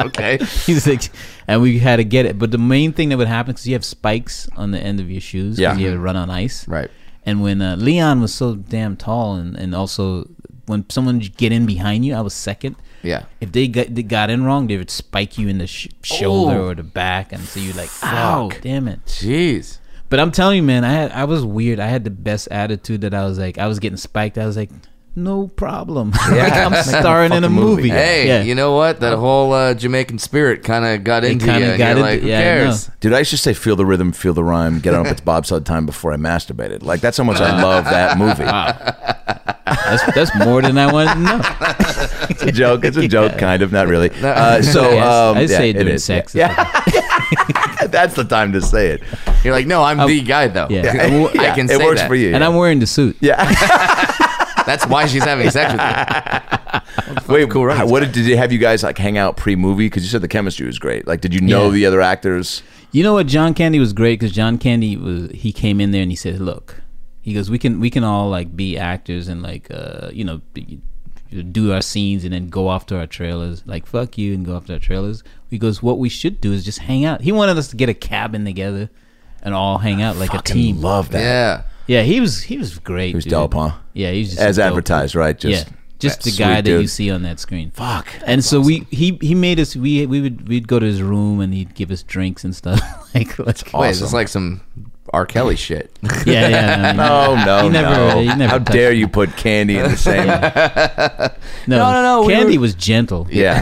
Okay. *laughs* He's like, and we had to get it. But the main thing that would happen because you have spikes on the end of your shoes. 'cause Yeah. You have to run on ice. Right. And when uh, Leon was so damn tall, and, and also when someone would get in behind you, I was second. Yeah. If they got, they got in wrong, they would spike you in the sh- shoulder Oh. or the back, and so you're like, "Ow, damn it!" Jeez. But I'm telling you, man, I had I was weird. I had the best attitude that I was like, I was getting spiked. I was like, "No problem. *laughs* like, I'm starring in a movie. Hey, Yeah. you know what? That whole uh, Jamaican spirit kind of got into you. kinda And got you're into- like, who yeah, I cares? know. Dude, I used to say feel the rhythm, feel the rhyme, get on up, it's bobsled time before I masturbated. Like that's how much I love that *laughs* movie. that's that's more than I wanted to *laughs* know." It's a joke. It's a joke, kind of, not *laughs* really. Uh, *laughs* so Yes, um, I say yeah, during is. sex. Yeah. Yeah. *laughs* that's the time to say it. You're like, no, I'm the guy though. Oh, yeah. *laughs* I Yeah, can it say works that. for you. And I'm wearing the suit. yeah. That's why she's having sex *laughs* with you. Wait, cool. What did, did they have you guys like hang out pre-movie? Because you said the chemistry was great. Like, did you know Yeah. the other actors? You know what? John Candy was great because John Candy was he came in there and he said, "Look, he goes, we can we can all like be actors and like uh you know be, do our scenes and then go off to our trailers. Like fuck you and go off to our trailers." He goes, "What we should do is just hang out." He wanted us to get a cabin together and all hang out like a team. Love that. Yeah. yeah, he was he was great. He was dope, huh? Yeah, he was just As dope. advertised, right? Just, yeah, just the Sweet guy that you dude. see on that screen. Fuck. And so we he he made us we we would we'd go to his room and he'd give us drinks and stuff *laughs* like like Wait, is this like some R. *laughs* Kelly shit? yeah yeah *laughs* no, Oh no, He never- no! he never How touched dare you put candy *laughs* in the same? no No, no, no, we Candy were- was gentle. Yeah.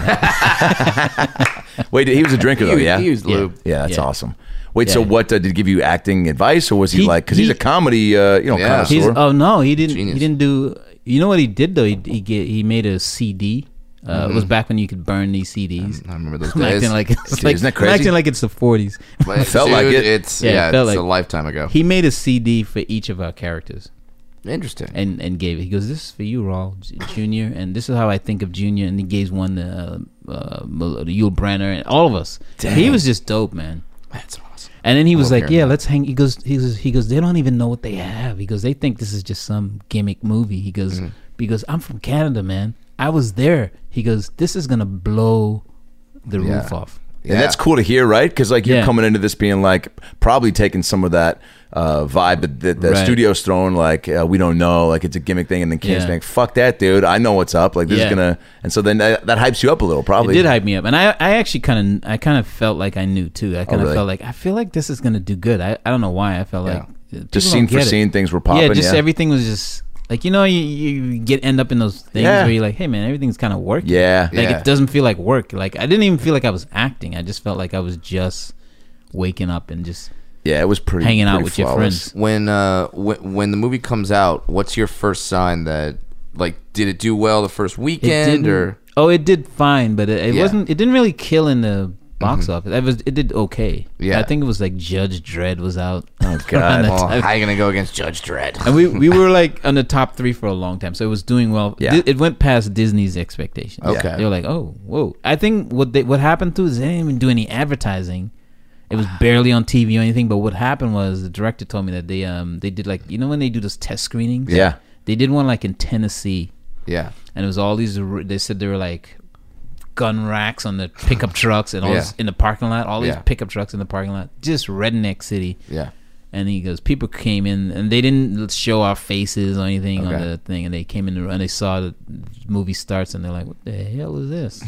*laughs* Wait, he was a drinker though. He- Yeah, he used Yeah. lube. Yeah, that's Yeah. awesome. Wait, so Yeah. what uh, did he give you acting advice, or was he, He- like because he's he- a comedy, uh, you know, Yeah. connoisseur? He's oh no he didn't Genius. he didn't do you know what he did though he he get, he made a CD. Uh, It was back when you could burn these CDs. I remember those I'm days. *laughs* acting like it's Dude, like isn't Mm-hmm. Um, that I'm crazy? acting like it's the 40s. But, Felt like dude, it. It's Yeah, yeah, it it's felt a like- lifetime ago. He made a CD for each of our characters. Interesting. and and gave it. He goes, "This is for you, Raul J- Junior, and this is how I think of Junior." And he gave one to uh, uh, Mel- to Yul Brenner and all of us. He was just dope, man. That's awesome. And then he was love like, hearing "Yeah, let's hang." He goes, "He goes, he goes. They don't even know what they have." He goes, "They think this is just some gimmick movie." He goes, Mm-hmm. "Because I'm from Canada, man. I was there." He goes, "This is gonna blow the roof off." And that's cool to hear, right? Because like you're Yeah. coming into this being like probably taking some of that uh, vibe that the, the Right. studio's thrown. Like uh, we don't know, like it's a gimmick thing, and then Kim's Yeah. being like, "Fuck that, dude! I know what's up." Like this Yeah. is gonna, and so then uh, that, that hypes you up a little, It probably. did hype me up, and I, I actually kind of, I kind of felt like I knew too. I kind of really? felt like I feel like this is gonna do good. I, I don't know why I felt like uh, people Just don't scene for get it. scene, things were popping. Yeah, just everything was just like you know you, you get end up in those things Yeah. where you're like, hey man, everything's kind of working. Yeah. like Yeah. it doesn't feel like work. Like I didn't even feel like I was acting. I just felt like I was just waking up and just yeah, it was pretty hanging out pretty with your flawless. friends. When uh when, when the movie comes out, what's your first sign that like did it do well the first weekend didn't- or oh, it did fine, but it, it Yeah. wasn't. It didn't really kill in the box office. It was. It did okay. Yeah. I think it was like Judge Dredd was out. *laughs* Oh God. oh, how you gonna go against Judge Dredd? and we, we were like on the top three for a long time, so it was doing well. Yeah. Di- it went past Disney's expectations. Okay. they were like, "Oh, whoa!" I think what they, what happened too is they didn't even do any advertising. It was barely on TV or anything. But what happened was the director told me that they um they did like you know when they do those test screenings. Yeah. they did one like in Tennessee, Yeah, and it was all these. r- They said they were like gun racks on the pickup trucks and all Yeah. this in the parking lot. All these Yeah. pickup trucks in the parking lot, just redneck city. yeah. And he goes, people came in and they didn't show our faces or anything on Okay. the thing, and they came in the room and they saw the movie starts and they're like, "What the hell is *laughs* this?"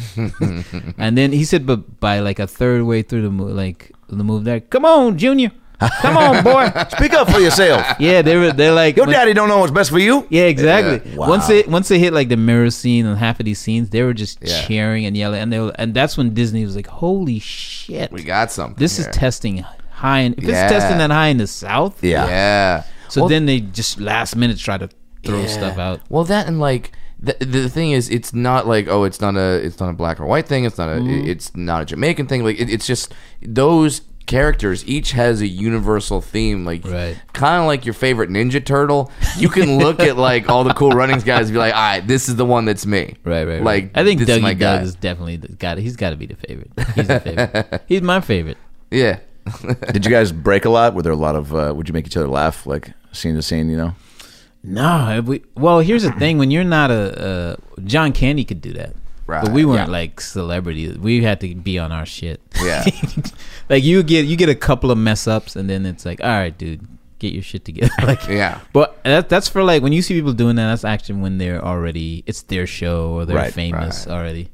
and then he said, but by like a third way through the movie, like the movie, they're like, "Come on, Junior, come on, *laughs* boy." Speak up for *laughs* yourself. yeah, they were. They're like, Your when- daddy don't know what's best for you. Yeah, exactly. Wow. Once they once they hit like the mirror scene and half of these scenes, they were just Yeah. cheering and yelling, and they were, and that's when Disney was like, "Holy shit, We got something. this is here. testing high in if Yeah. it's testing that high in the South, Yeah. yeah. so Well, then they just last minute try to throw stuff out. Well, that and like the, the thing is, it's not like oh, it's not a it's not a black or white thing. It's not a it's not a Jamaican thing. Like it, it's just those characters each has a universal theme. Like Right. kind of like your favorite Ninja Turtle. You *laughs* can look at like all the cool runnings guys and be like, all right, this is the one that's me. Like I think this is my Dougie guy. Doug is definitely got. He's got to be the favorite. He's the *laughs* favorite. he's my favorite. yeah. Did you guys break a lot? Were there a lot of? Uh, would you make each other laugh, like scene to scene? You know. No, if we, well, here's the thing: when you're not a, a John Candy could do that, Right, but we weren't yeah. like celebrities. We had to be on our shit. Yeah. *laughs* like you get you get a couple of mess ups, and then it's like, all right, dude, get your shit together. *laughs* like, Yeah. But that, that's for like when you see people doing that. That's actually when they're already it's their show or they're Right, famous already.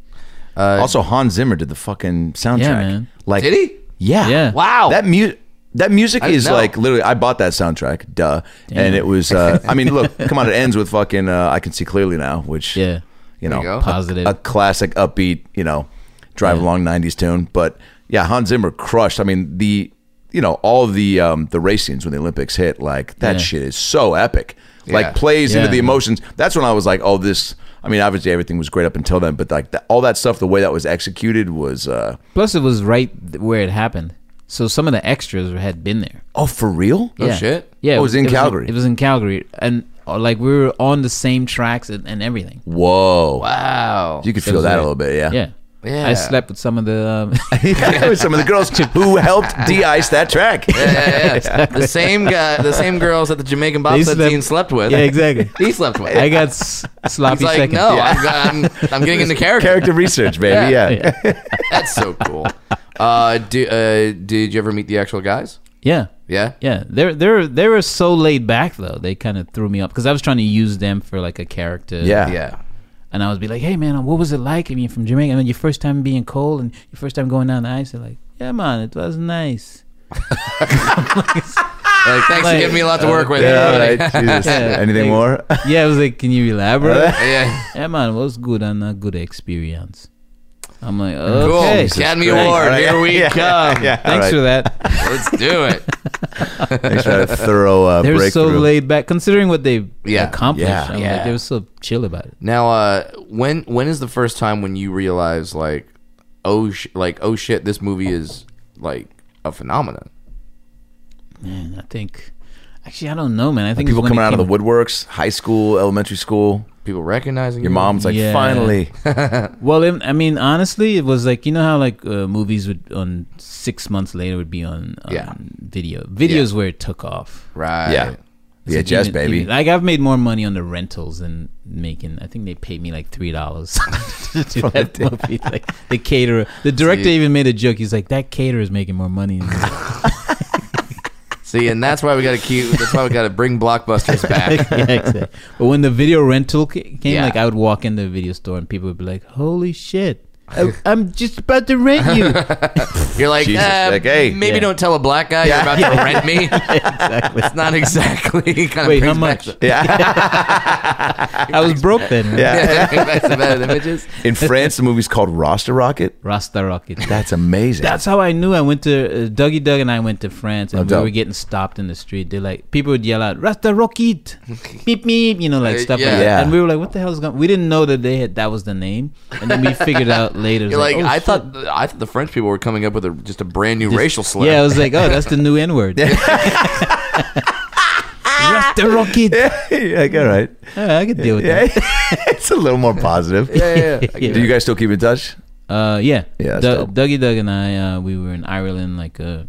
also, Hans Zimmer did the fucking soundtrack. Uh, Yeah, man. Like Did he? Yeah. Yeah. Wow. That music. That music didn't is know. like literally. I bought that soundtrack, duh, and it was. *laughs* Uh, I mean, look, come on. It ends with fucking. Uh, I can see clearly now, which Yeah. you know, you go. a- Positive. a, classic upbeat, you know, drive along '90s tune. But yeah, Hans Zimmer crushed. I mean, the you know all the um, the race scenes when the Olympics hit, like that Yeah. shit is so epic. Yeah. Like plays Yeah. into the emotions. That's when I was like, oh, this. I mean, obviously everything was great up until then, but like that, all that stuff, the way that was executed was. Uh, Plus, it was right th- where it happened, so some of the extras had been there. oh, for real? Oh, shit. Yeah, Oh, it was in Calgary. it was in Calgary, and uh, like we were on the same tracks and, and everything. Whoa. Wow. You could feel that a little bit, *laughs* yeah. Yeah. Yeah. I slept with some of the. Um, *laughs* *laughs* It was some of the girls who helped de-ice that track. *laughs* yeah, yeah. The same guy, the same girls that the Jamaican They bobsled slept- team slept with. yeah, exactly. *laughs* He slept with. I got s- He's sloppy like, seconds. no, I'm, I'm, I'm getting into character. Character research, baby. Yeah. *laughs* That's so cool. Uh, do, uh, did you ever meet the actual guys? Yeah. Yeah. Yeah, they're they're they were so laid back though. They kind of threw me up because I was trying to use them for like a character. Yeah. Yeah. and I was be like, hey man, what was it like? I mean, from Jamaica, I mean, your first time being cold and your first time going down the ice. They're like, yeah man, it *laughs* was nice. Like, thanks for Like, giving me a lot to work with. Yeah, all Yeah. right. Jesus. Anything Thanks. *laughs* more? Yeah, I was like, can you elaborate? *laughs* yeah. yeah man, it was good and a good experience. I'm like, Cool. okay, Academy Thanks- Award. Here we Yeah. come. *laughs* Yeah. Thanks All for right. that. *laughs* Let's do it. *laughs* Thanks for that thorough uh, They're so breakthrough. laid back considering what they Yeah. accomplished. Yeah. I'm Yeah. like, they were so chill about it. Now, uh, when when is the first time when you realize like, oh, sh- like oh shit, this movie is like a phenomenon. Man, I think actually I don't know, man. I think it's People when it coming out of came- the woodworks, high school, elementary school. People recognizing Your you? mom's like, Yeah. finally. Well, it, I mean, honestly, it was like you know how like uh, movies would on six months later would be on, on Yeah. video. Videos where it took off. Right. Yeah. So Yeah, Jess, even- baby. even- like I've made more money on the rentals than making. I think they paid me like three dollars *laughs* *laughs* to do that movie. Like the *laughs* caterer, the director even made a joke. He's like, "That caterer is making more money." Than me." See, and that's why we got to keep. That's why we got to bring blockbusters *laughs* back. *laughs* yeah, exactly. But when the video rental ca- came, Yeah. like I would walk in the video store and people would be like, "Holy shit, *laughs* I, I'm just about to rent you." *laughs* You're like, Jesus, uh, like, hey. maybe Yeah. don't tell a black guy you're about *laughs* to rent me. exactly. It's not exactly. *laughs* kind of Wait, how brings much? back *laughs* *laughs* the- Yeah. I was broke then. right? yeah. Back to bad *laughs* images. In France, the movie's called Roster Rocket. Rasta Rocket. That's amazing. That's how I knew I went to uh, Dougie Doug and I went to France and No we doubt. were getting stopped in the street. They like people would yell out *laughs* Rasta Rocket, meep meep, you know, like Uh, stuff yeah. like Yeah. that. And we were like, what the hell's going? We didn't know that they had that was the name, and then we figured *laughs* out later. it was You're like, oh, I shit." thought. I thought the French people were coming up with a, just a brand new racial slur. Yeah, I *laughs* was like, oh, that's the new N *laughs* word. *laughs* Rasta *laughs* Rocket. yeah, like, all right. Yeah, I could deal with Yeah. that. *laughs* it's a little more positive. yeah, *laughs* yeah. yeah. Do you guys still keep in touch? Uh, yeah. Yeah, that's Doug- dope. Dougie Doug and I, uh, we were in Ireland like uh,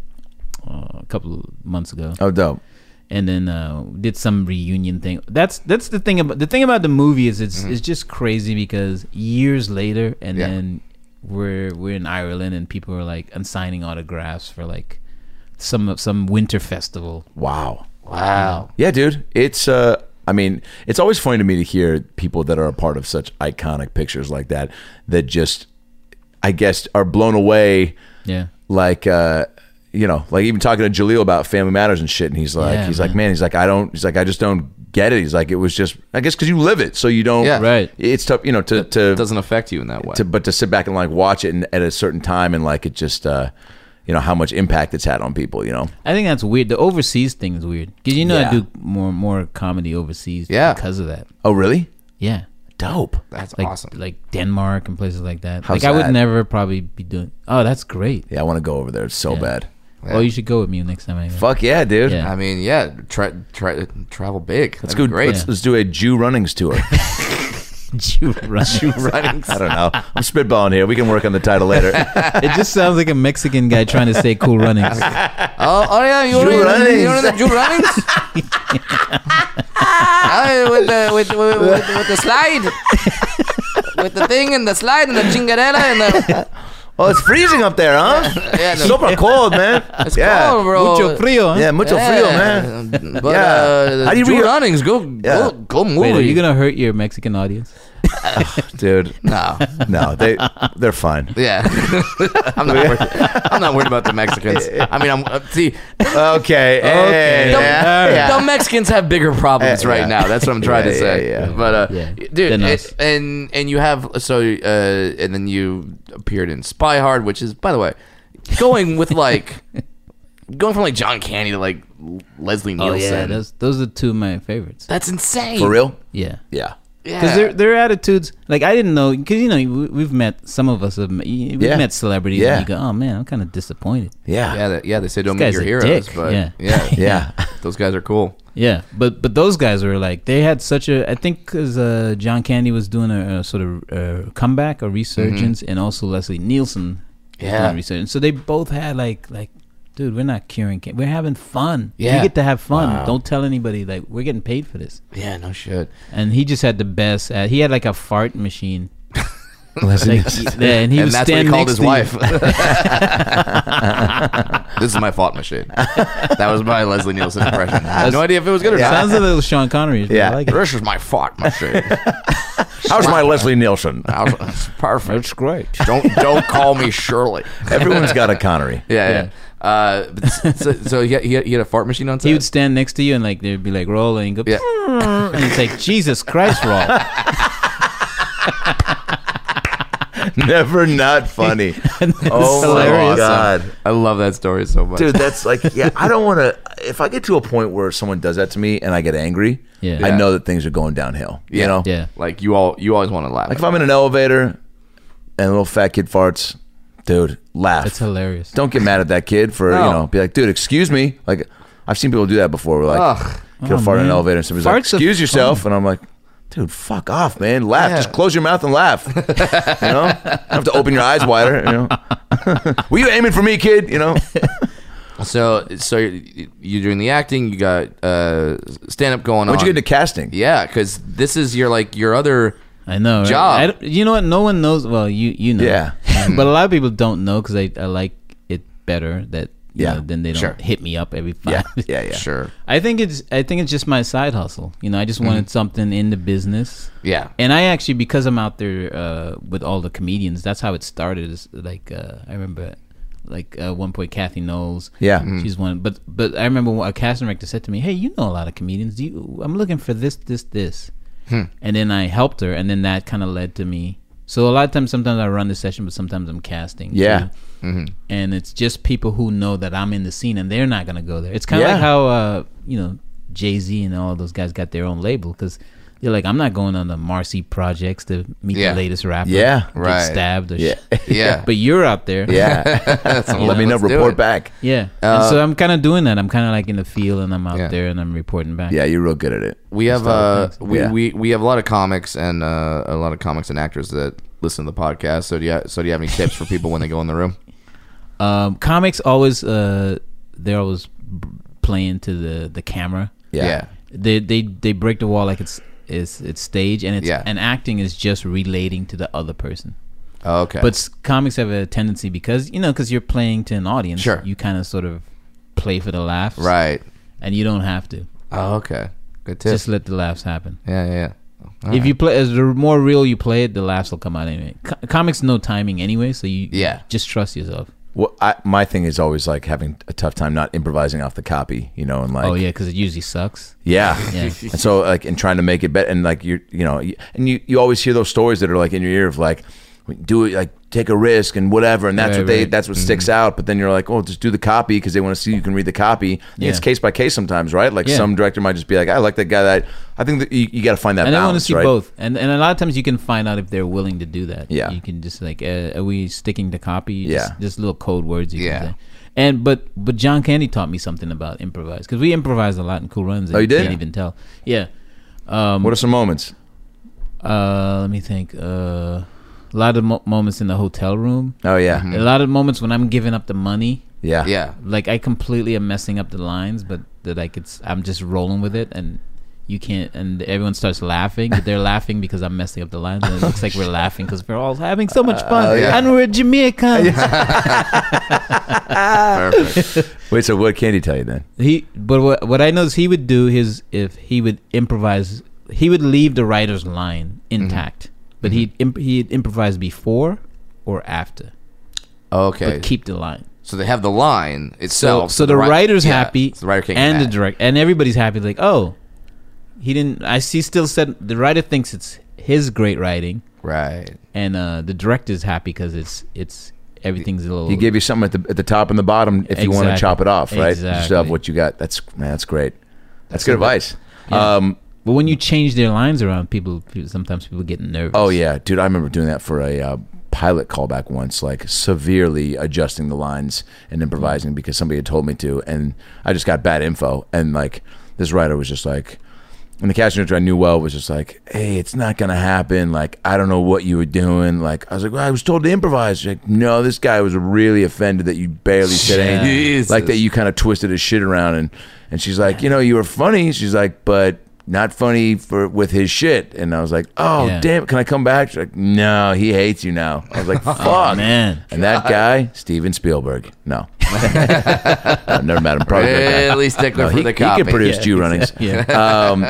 uh, a couple months ago, Oh, dope. and then uh, did some reunion thing. That's that's the thing about the thing about the movie is it's it's just crazy because years later, and Yeah. then we're we're in Ireland and people are like and signing autographs for like some some winter festival. Wow. Wow. Yeah, dude. It's uh I mean, it's always funny to me to hear people that are a part of such iconic pictures like that that just I guess are blown away Yeah. like uh you know, like even talking to Jaleel about Family Matters and shit, and he's like, Yeah, he's like, man. man, he's like, I don't, he's like, I just don't get it. He's like, it was just, I guess, because you live it, so you don't, Yeah. Right. It's tough, you know, to to It doesn't affect you in that way. to but to sit back and like watch it and, at a certain time and like it just, uh you know, how much impact it's had on people, you know. I think that's weird. The overseas thing is weird because you know Yeah. I do more more comedy overseas Yeah. because of that. Oh, really? Yeah. Dope. That's like awesome. like Denmark and places like that. How's like I that? would never probably be doing. Oh, that's great. Yeah, I want to go over there so Yeah. bad. Oh, you should go with me next time. I go. Fuck yeah, dude. Ah, Yeah. I mean, yeah, try, try, travel big. Let's That's go. Great. Let's, let's do a Jew runnings tour. I Jew runnings. don't know. I'm spitballing here. We can work on the title later. it just sounds like a Mexican guy trying to say cool *laughs* runnings. Oh, oh yeah, you were Jew in, runnings. you were in the Jew runnings? *laughs* Ah, with, the, with, with, with, with the slide. with the thing and the slide and the chingadera and the. oh, it's freezing up there, huh? Yeah, no. Super cold, man. It's yeah. Oh, bro. Mucho frío. Huh? Yeah, mucho frío, man. man. But Yeah. uh, How do you Jew re- runnings, go, Yeah. go, go movie. Wait, are you gonna hurt your Mexican audience? Dude, No. no, they they're fine. Yeah, *laughs* I'm not. Worried, I'm not worried about the Mexicans. I mean, I'm uh, see. Okay. hey, Dumb, yeah, yeah. dumb Mexicans have bigger problems Yeah, right yeah. now. That's what I'm trying Yeah, to yeah, say. yeah. But uh, Yeah. dude, Than it- us. and and you have so uh, and then you appeared in Spy Hard, which is by the way, going with *laughs* like going from like John Candy to like Leslie Nielsen. Oh, those those are two of my favorites. that's insane. For real? Yeah. Yeah. Because Yeah. their their attitudes, like I didn't know, because you know we, we've met some of us have met- we've Yeah. met celebrities, Yeah. and you go, oh man, I'm kind of disappointed. Yeah. yeah, Yeah. they, yeah, they say don't This meet guy's your a heroes, dick. but Yeah. *laughs* yeah, Yeah. *laughs* those guys are cool. Yeah, but but those guys were like they had such a I think because uh, John Candy was doing a, a sort of uh comeback or resurgence, and also Leslie Nielsen was Mm-hmm. Yeah. doing a resurgence. So they both had like like, dude, we're not curing can We're having fun. Yeah. we get to have fun. Don't tell anybody. Like we're getting paid for this. Yeah, no shit. And he just had the best. At, he had like a fart *laughs* machine. Listen, Like, yeah, and he and was that's what he standing next called to his you. wife. *laughs* this is my thought machine. That was my Leslie Nielsen impression. I had no idea if it was good or not. Sounds a little Sean Connery. but I Yeah. like it. This is my thought machine. how's my Leslie Nielsen? I was- It's perfect. great. Don't don't call me Shirley. Everyone's got a Connery. Yeah, yeah. Uh, but s- so so he, had- he, had- he had a fart machine on set. He would stand next to you and like they'd be like rolling, go, Yeah. and it's like Jesus Christ, *laughs* roll. *laughs* Never not funny. oh my hilarious. god. I love that story so much. dude that's like yeah i don't want to if i get to a point where someone does that to me and i get angry Yeah. i Yeah. know that things are going downhill you Yeah. know Yeah. like you all you always want to laugh. like if i'm in an elevator and a little fat kid farts dude laugh That's hilarious. don't get mad at that kid for No. you know be like dude excuse me like i've seen people do that before we're like Ugh. get a fart in an Oh, man. elevator and somebody's like Farts are excuse yourself and i'm like Dude, fuck off, man. Laugh. Yeah. Just close your mouth and *laughs* laugh. you know? You don't have to open your eyes wider, you know? *laughs* Were you aiming for me, kid? You know? so so you're, you're doing the acting. You got uh, stand up going on. When'd you get into casting? Yeah, because this is your like your other. I know. Right? Job. I don't- you know what? No *laughs* one knows. Well, you you know. Yeah. Mm. but a lot of people don't know because I, I like it better that you Yeah, know, then they don't sure. hit me up every five. Yeah, *laughs* yeah, yeah. Sure. *laughs* I think it's I think it's just my side hustle. You know, I Mm-hmm. just wanted something in the business. Yeah. And I actually because I'm out there uh, with all the comedians, that's how it started. Is like uh, I remember like uh, one point Kathy Knowles. Yeah. She's one but but I remember a casting director said to me, "Hey, you know a lot of comedians. Do you I'm looking for this this this." Hmm. And then I helped her and then that kind of led to me. So a lot of times sometimes I run the session but sometimes I'm casting. Yeah. Mm-hmm. too and it's just people who know that I'm in the scene and they're not gonna go there. It's kind of Yeah. like how uh, you know Jay Z and all those guys got their own label because they're like, I'm not going on the Marcy projects to meet Yeah. the latest rapper, Yeah. get Right. stabbed or Yeah. *laughs* shit. Yeah. *laughs* But you're out there, Yeah. *laughs* Uh, Let me know. Let's do Report it. back. yeah. And so I'm kind of doing that. I'm kind of like in the field and I'm out Yeah. there and I'm reporting back. Yeah, you're real good at it. We have uh, we, Yeah. we we have a lot of comics and uh, a lot of comics and actors that listen to the podcast. So do you so do you have any tips for people when they go in the *laughs* room? Um, comics always uh, they're always b- playing to the the camera. Yeah. they they they break the wall like it's it's it's stage and it's Yeah. and acting is just relating to the other person. Oh, okay. But s- comics have a tendency because you know because you're playing to an audience, Sure. you kind of sort of play for the laughs, right. And you don't have to Oh, okay. Good tip. just let the laughs happen. yeah, yeah. yeah. if you play, as the more real you play it, the laughs will come out anyway. Co- comics no timing anyway, so you Yeah. just trust yourself. Well, I, my thing is always like having a tough time not improvising off the copy, you know, and like, oh yeah, because it usually sucks. yeah. *laughs* Yeah. and so like, and trying to make it better, and like you're, you know, you- and you, you always hear those stories that are like in your ear of like, do it, like take a risk and whatever, and that's Right, what they, right. Mm-hmm. that's what sticks out. But then you're like, oh, just do the copy because they want to see you can read the copy. I think Yeah. It's case by case sometimes, right? Like Yeah. some director might just be like, I like that guy. That I think that you, you got to find that. and I want to balance, see right? both. And and a lot of times you can find out if they're willing to do that. Yeah. you can just like, uh, are we sticking to copy? You Yeah. just, just little code words. You Yeah. can say. And but but John Candy taught me something about improvise because we improvised a lot in Cool Runs. And Oh, you did? Can't even tell. Yeah. What are some moments? Uh, let me think. Uh, a lot of mo- moments in the hotel room. Oh yeah, A lot of moments when I'm giving up the money. yeah, yeah. Like I completely am messing up the lines, but that I could. s- I'm just rolling with it, and you can't. And everyone starts laughing, but they're laughing because I'm messing up the lines, and it looks like we're laughing because we're all having so much fun, yeah. and we're Jamaicans. *laughs* Perfect. Wait, so what can he tell you then? He, but what what I noticed he would do is if he would improvise, he would leave the writer's line intact, but he'd imp, he'd improvise before or after, Okay. but keep the line. so they have the line So, itself. so the wri- writer's yeah, happy, so the writer can't get and the mad. direct, and everybody's happy. Like, oh, he didn't. I see. Still said the writer thinks it's his great writing, Right. and uh, the director's happy because it's it's everything's a little. He gave you something at the at the top and the bottom if you want to Exactly. chop it off, right? Just Exactly. of what you got. That's man, that's great. That's, good advice. Um, but when you change their lines around, people, people sometimes people get nervous. oh yeah, dude, I remember doing that for a uh, pilot callback once, like severely adjusting the lines and improvising because somebody had told me to, and I just got bad info, and like this writer was just like. And the casting director I knew well was just like, "Hey, it's not gonna happen. Like, I don't know what you were doing. Like, I was like, well, I was told to improvise. She's like, no, this guy was really offended that you barely said anything. Jesus. Like that you kind of twisted his shit around. And and she's like, you know, you were funny. She's like, but not funny for with his shit. And I was like, oh Yeah. damn, can I come back? She's like, no, he hates you now. I was like, fuck, *laughs* Oh, man. And that guy, Steven Spielberg. *laughs* No, *laughs* I've never met him. Probably a great guy. Really stickler No, for he, the he could copy. produce Jew runnings. *laughs* yeah. *laughs* Um,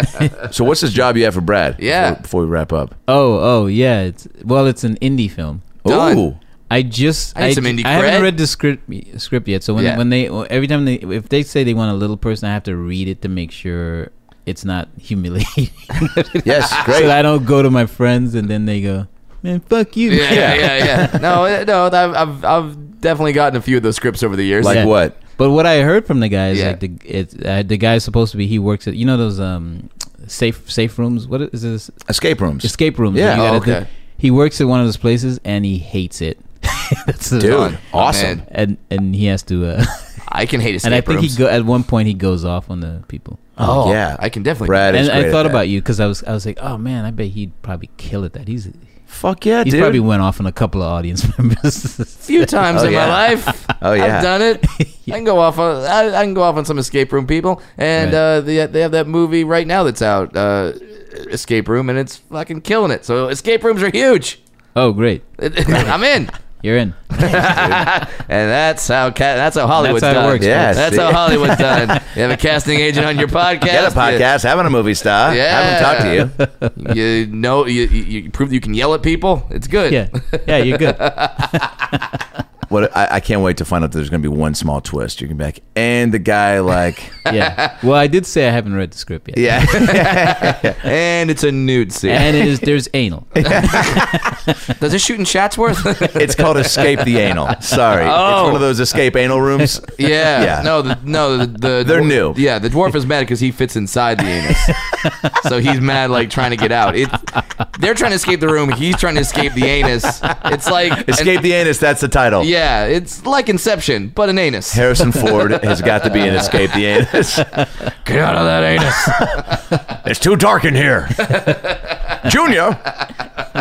so what's this job you have for *laughs* Brad? Yeah. Before, before we wrap up. Oh, oh, yeah. It's well, it's an indie film. Done. Ooh. I just I need I, some ju- indie I haven't cred. read the script script yet. So when Yeah. when they every time they if they say they want a little person, I have to read it to make sure it's not humiliating. *laughs* *laughs* Yes. so Great. that I don't go to my friends and then they go, man, fuck you. *laughs* Yeah, yeah, yeah, *laughs* *laughs* yeah. No, uh, no, I've, I've, I've definitely gotten a few of those scripts over the years. Like Yeah. what? But what I heard from the guy is Yeah. like the it's uh, the guy is supposed to be he works at you know those um safe safe rooms. What is this? Escape rooms. escape rooms. Yeah. that you Oh, gotta do. okay. He works at one of those places and he hates it. *laughs* That's the- Dude. Awesome. Man, And and he has to. Uh, *laughs* I can hate escape and I think rooms. he go at one point he goes off on the people. Oh, yeah. I can definitely. Brad is and great I at thought that. about you because I was I was like, oh man, I bet he'd probably kill at that. He's Fuck yeah, he's dude. probably went off on a couple of audience *laughs* members. few times Oh, in yeah. my life. Oh, yeah. I've done it. I can go off on I, I can go off on some escape room people, and Right. uh, they, they have that movie right now that's out, uh, *laughs* Escape Room, and it's fucking killing it. So escape rooms are huge. oh great. I'm in. You're in. And that's how ca- that's how Hollywood's That's how it done. works, Yes. that's see? how Hollywood's done. You have a casting agent on your podcast. Get a podcast, having a movie star, have Yeah. *laughs* him talk to you. You know, you, you you prove that you can yell at people. It's good. Yeah. Yeah, you're good. What I, I can't wait to find out that there's going to be one small twist. You're going to be like, and the guy *laughs* like, Yeah. Well, I did say I haven't read the script yet. *laughs* yeah, *laughs* And it's a nude scene. And it is there's anal. Does it shoot in Chatsworth? it's called escape the anal. Sorry, it's Oh. one of those escape anal rooms. *laughs* Yeah. Yeah. No, the, no, the, the *laughs* They're new. dwar- Yeah, the dwarf is mad because he fits inside the *laughs* anus, so he's mad like trying to get out. It, they're trying to escape the room. He's trying to escape the anus. It's like Escape the anus. That's the title. yeah, it's like Inception, but an anus. Harrison Ford has got to be in Escape the Anus. Get out of that anus. *laughs* It's too dark in here. Junior,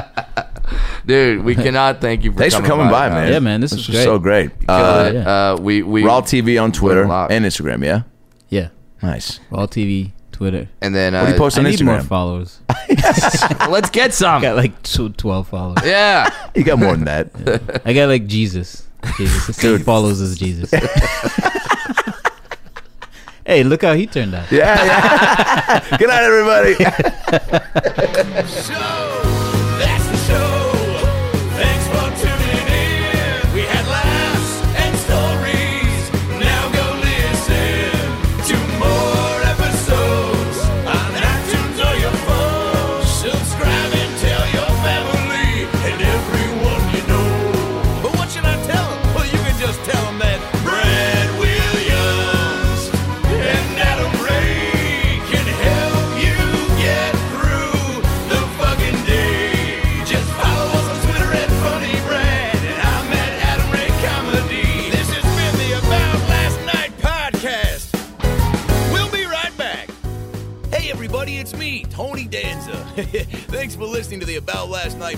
*laughs* Dude, we cannot thank you for thanks for coming coming by, man. Yeah, man, this was was great. so great. Uh, Uh, uh, we we Raw TV on Twitter Good luck. and Instagram. Yeah, Yeah. nice. All TV, Twitter. and then uh, What do you post I on need more Instagram? followers. *laughs* let's get some. I got like two, 12 followers. Yeah, You got more than *laughs* that. I got like Jesus. Jesus. The same follows as Jesus. hey, look how he turned out. yeah, yeah. *laughs* Good night, everybody. That's the show. Thanks for tuning in. We had laughs and stories. Now go listen to more episodes on iTunes or your phone. Subscribe and tell your family and everyone you know. But what should I tell them? Well, you can just tell them that Brad Williams and Adam Ray can help you get through the fucking day. Just follow us on Twitter at Funny Brad, and I'm at Adam Ray Comedy. This has been the About Last Night podcast. We'll be right back. Hey, everybody, it's me, Tony Danza. *laughs* Thanks for listening to the About Last Night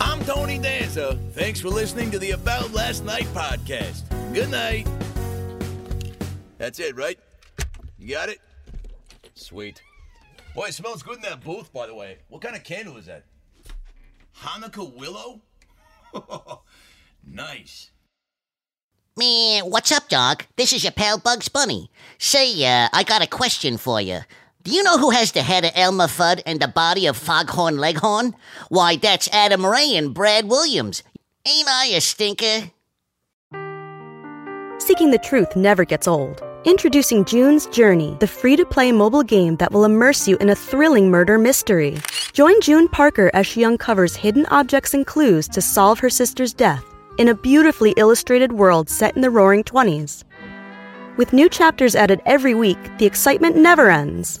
I'm Tony Danza. Thanks for listening to the About Last Night podcast. Good night. That's it, right? You got it? Sweet. Boy, it smells good in that booth, by the way. What kind of candle is that? Hanukkah willow? *laughs* nice. Man, what's up, dog? This is your pal Bugs Bunny. Say, uh, I got a question for you. Do you know who has the head of Elmer Fudd and the body of Foghorn Leghorn? Why, that's Adam Ray and Brad Williams. Ain't I a stinker? Seeking the truth never gets old. Introducing June's Journey, the free to play mobile game that will immerse you in a thrilling murder mystery. Join June Parker as she uncovers hidden objects and clues to solve her sister's death in a beautifully illustrated world set in the roaring 20s. With new chapters added every week, the excitement never ends.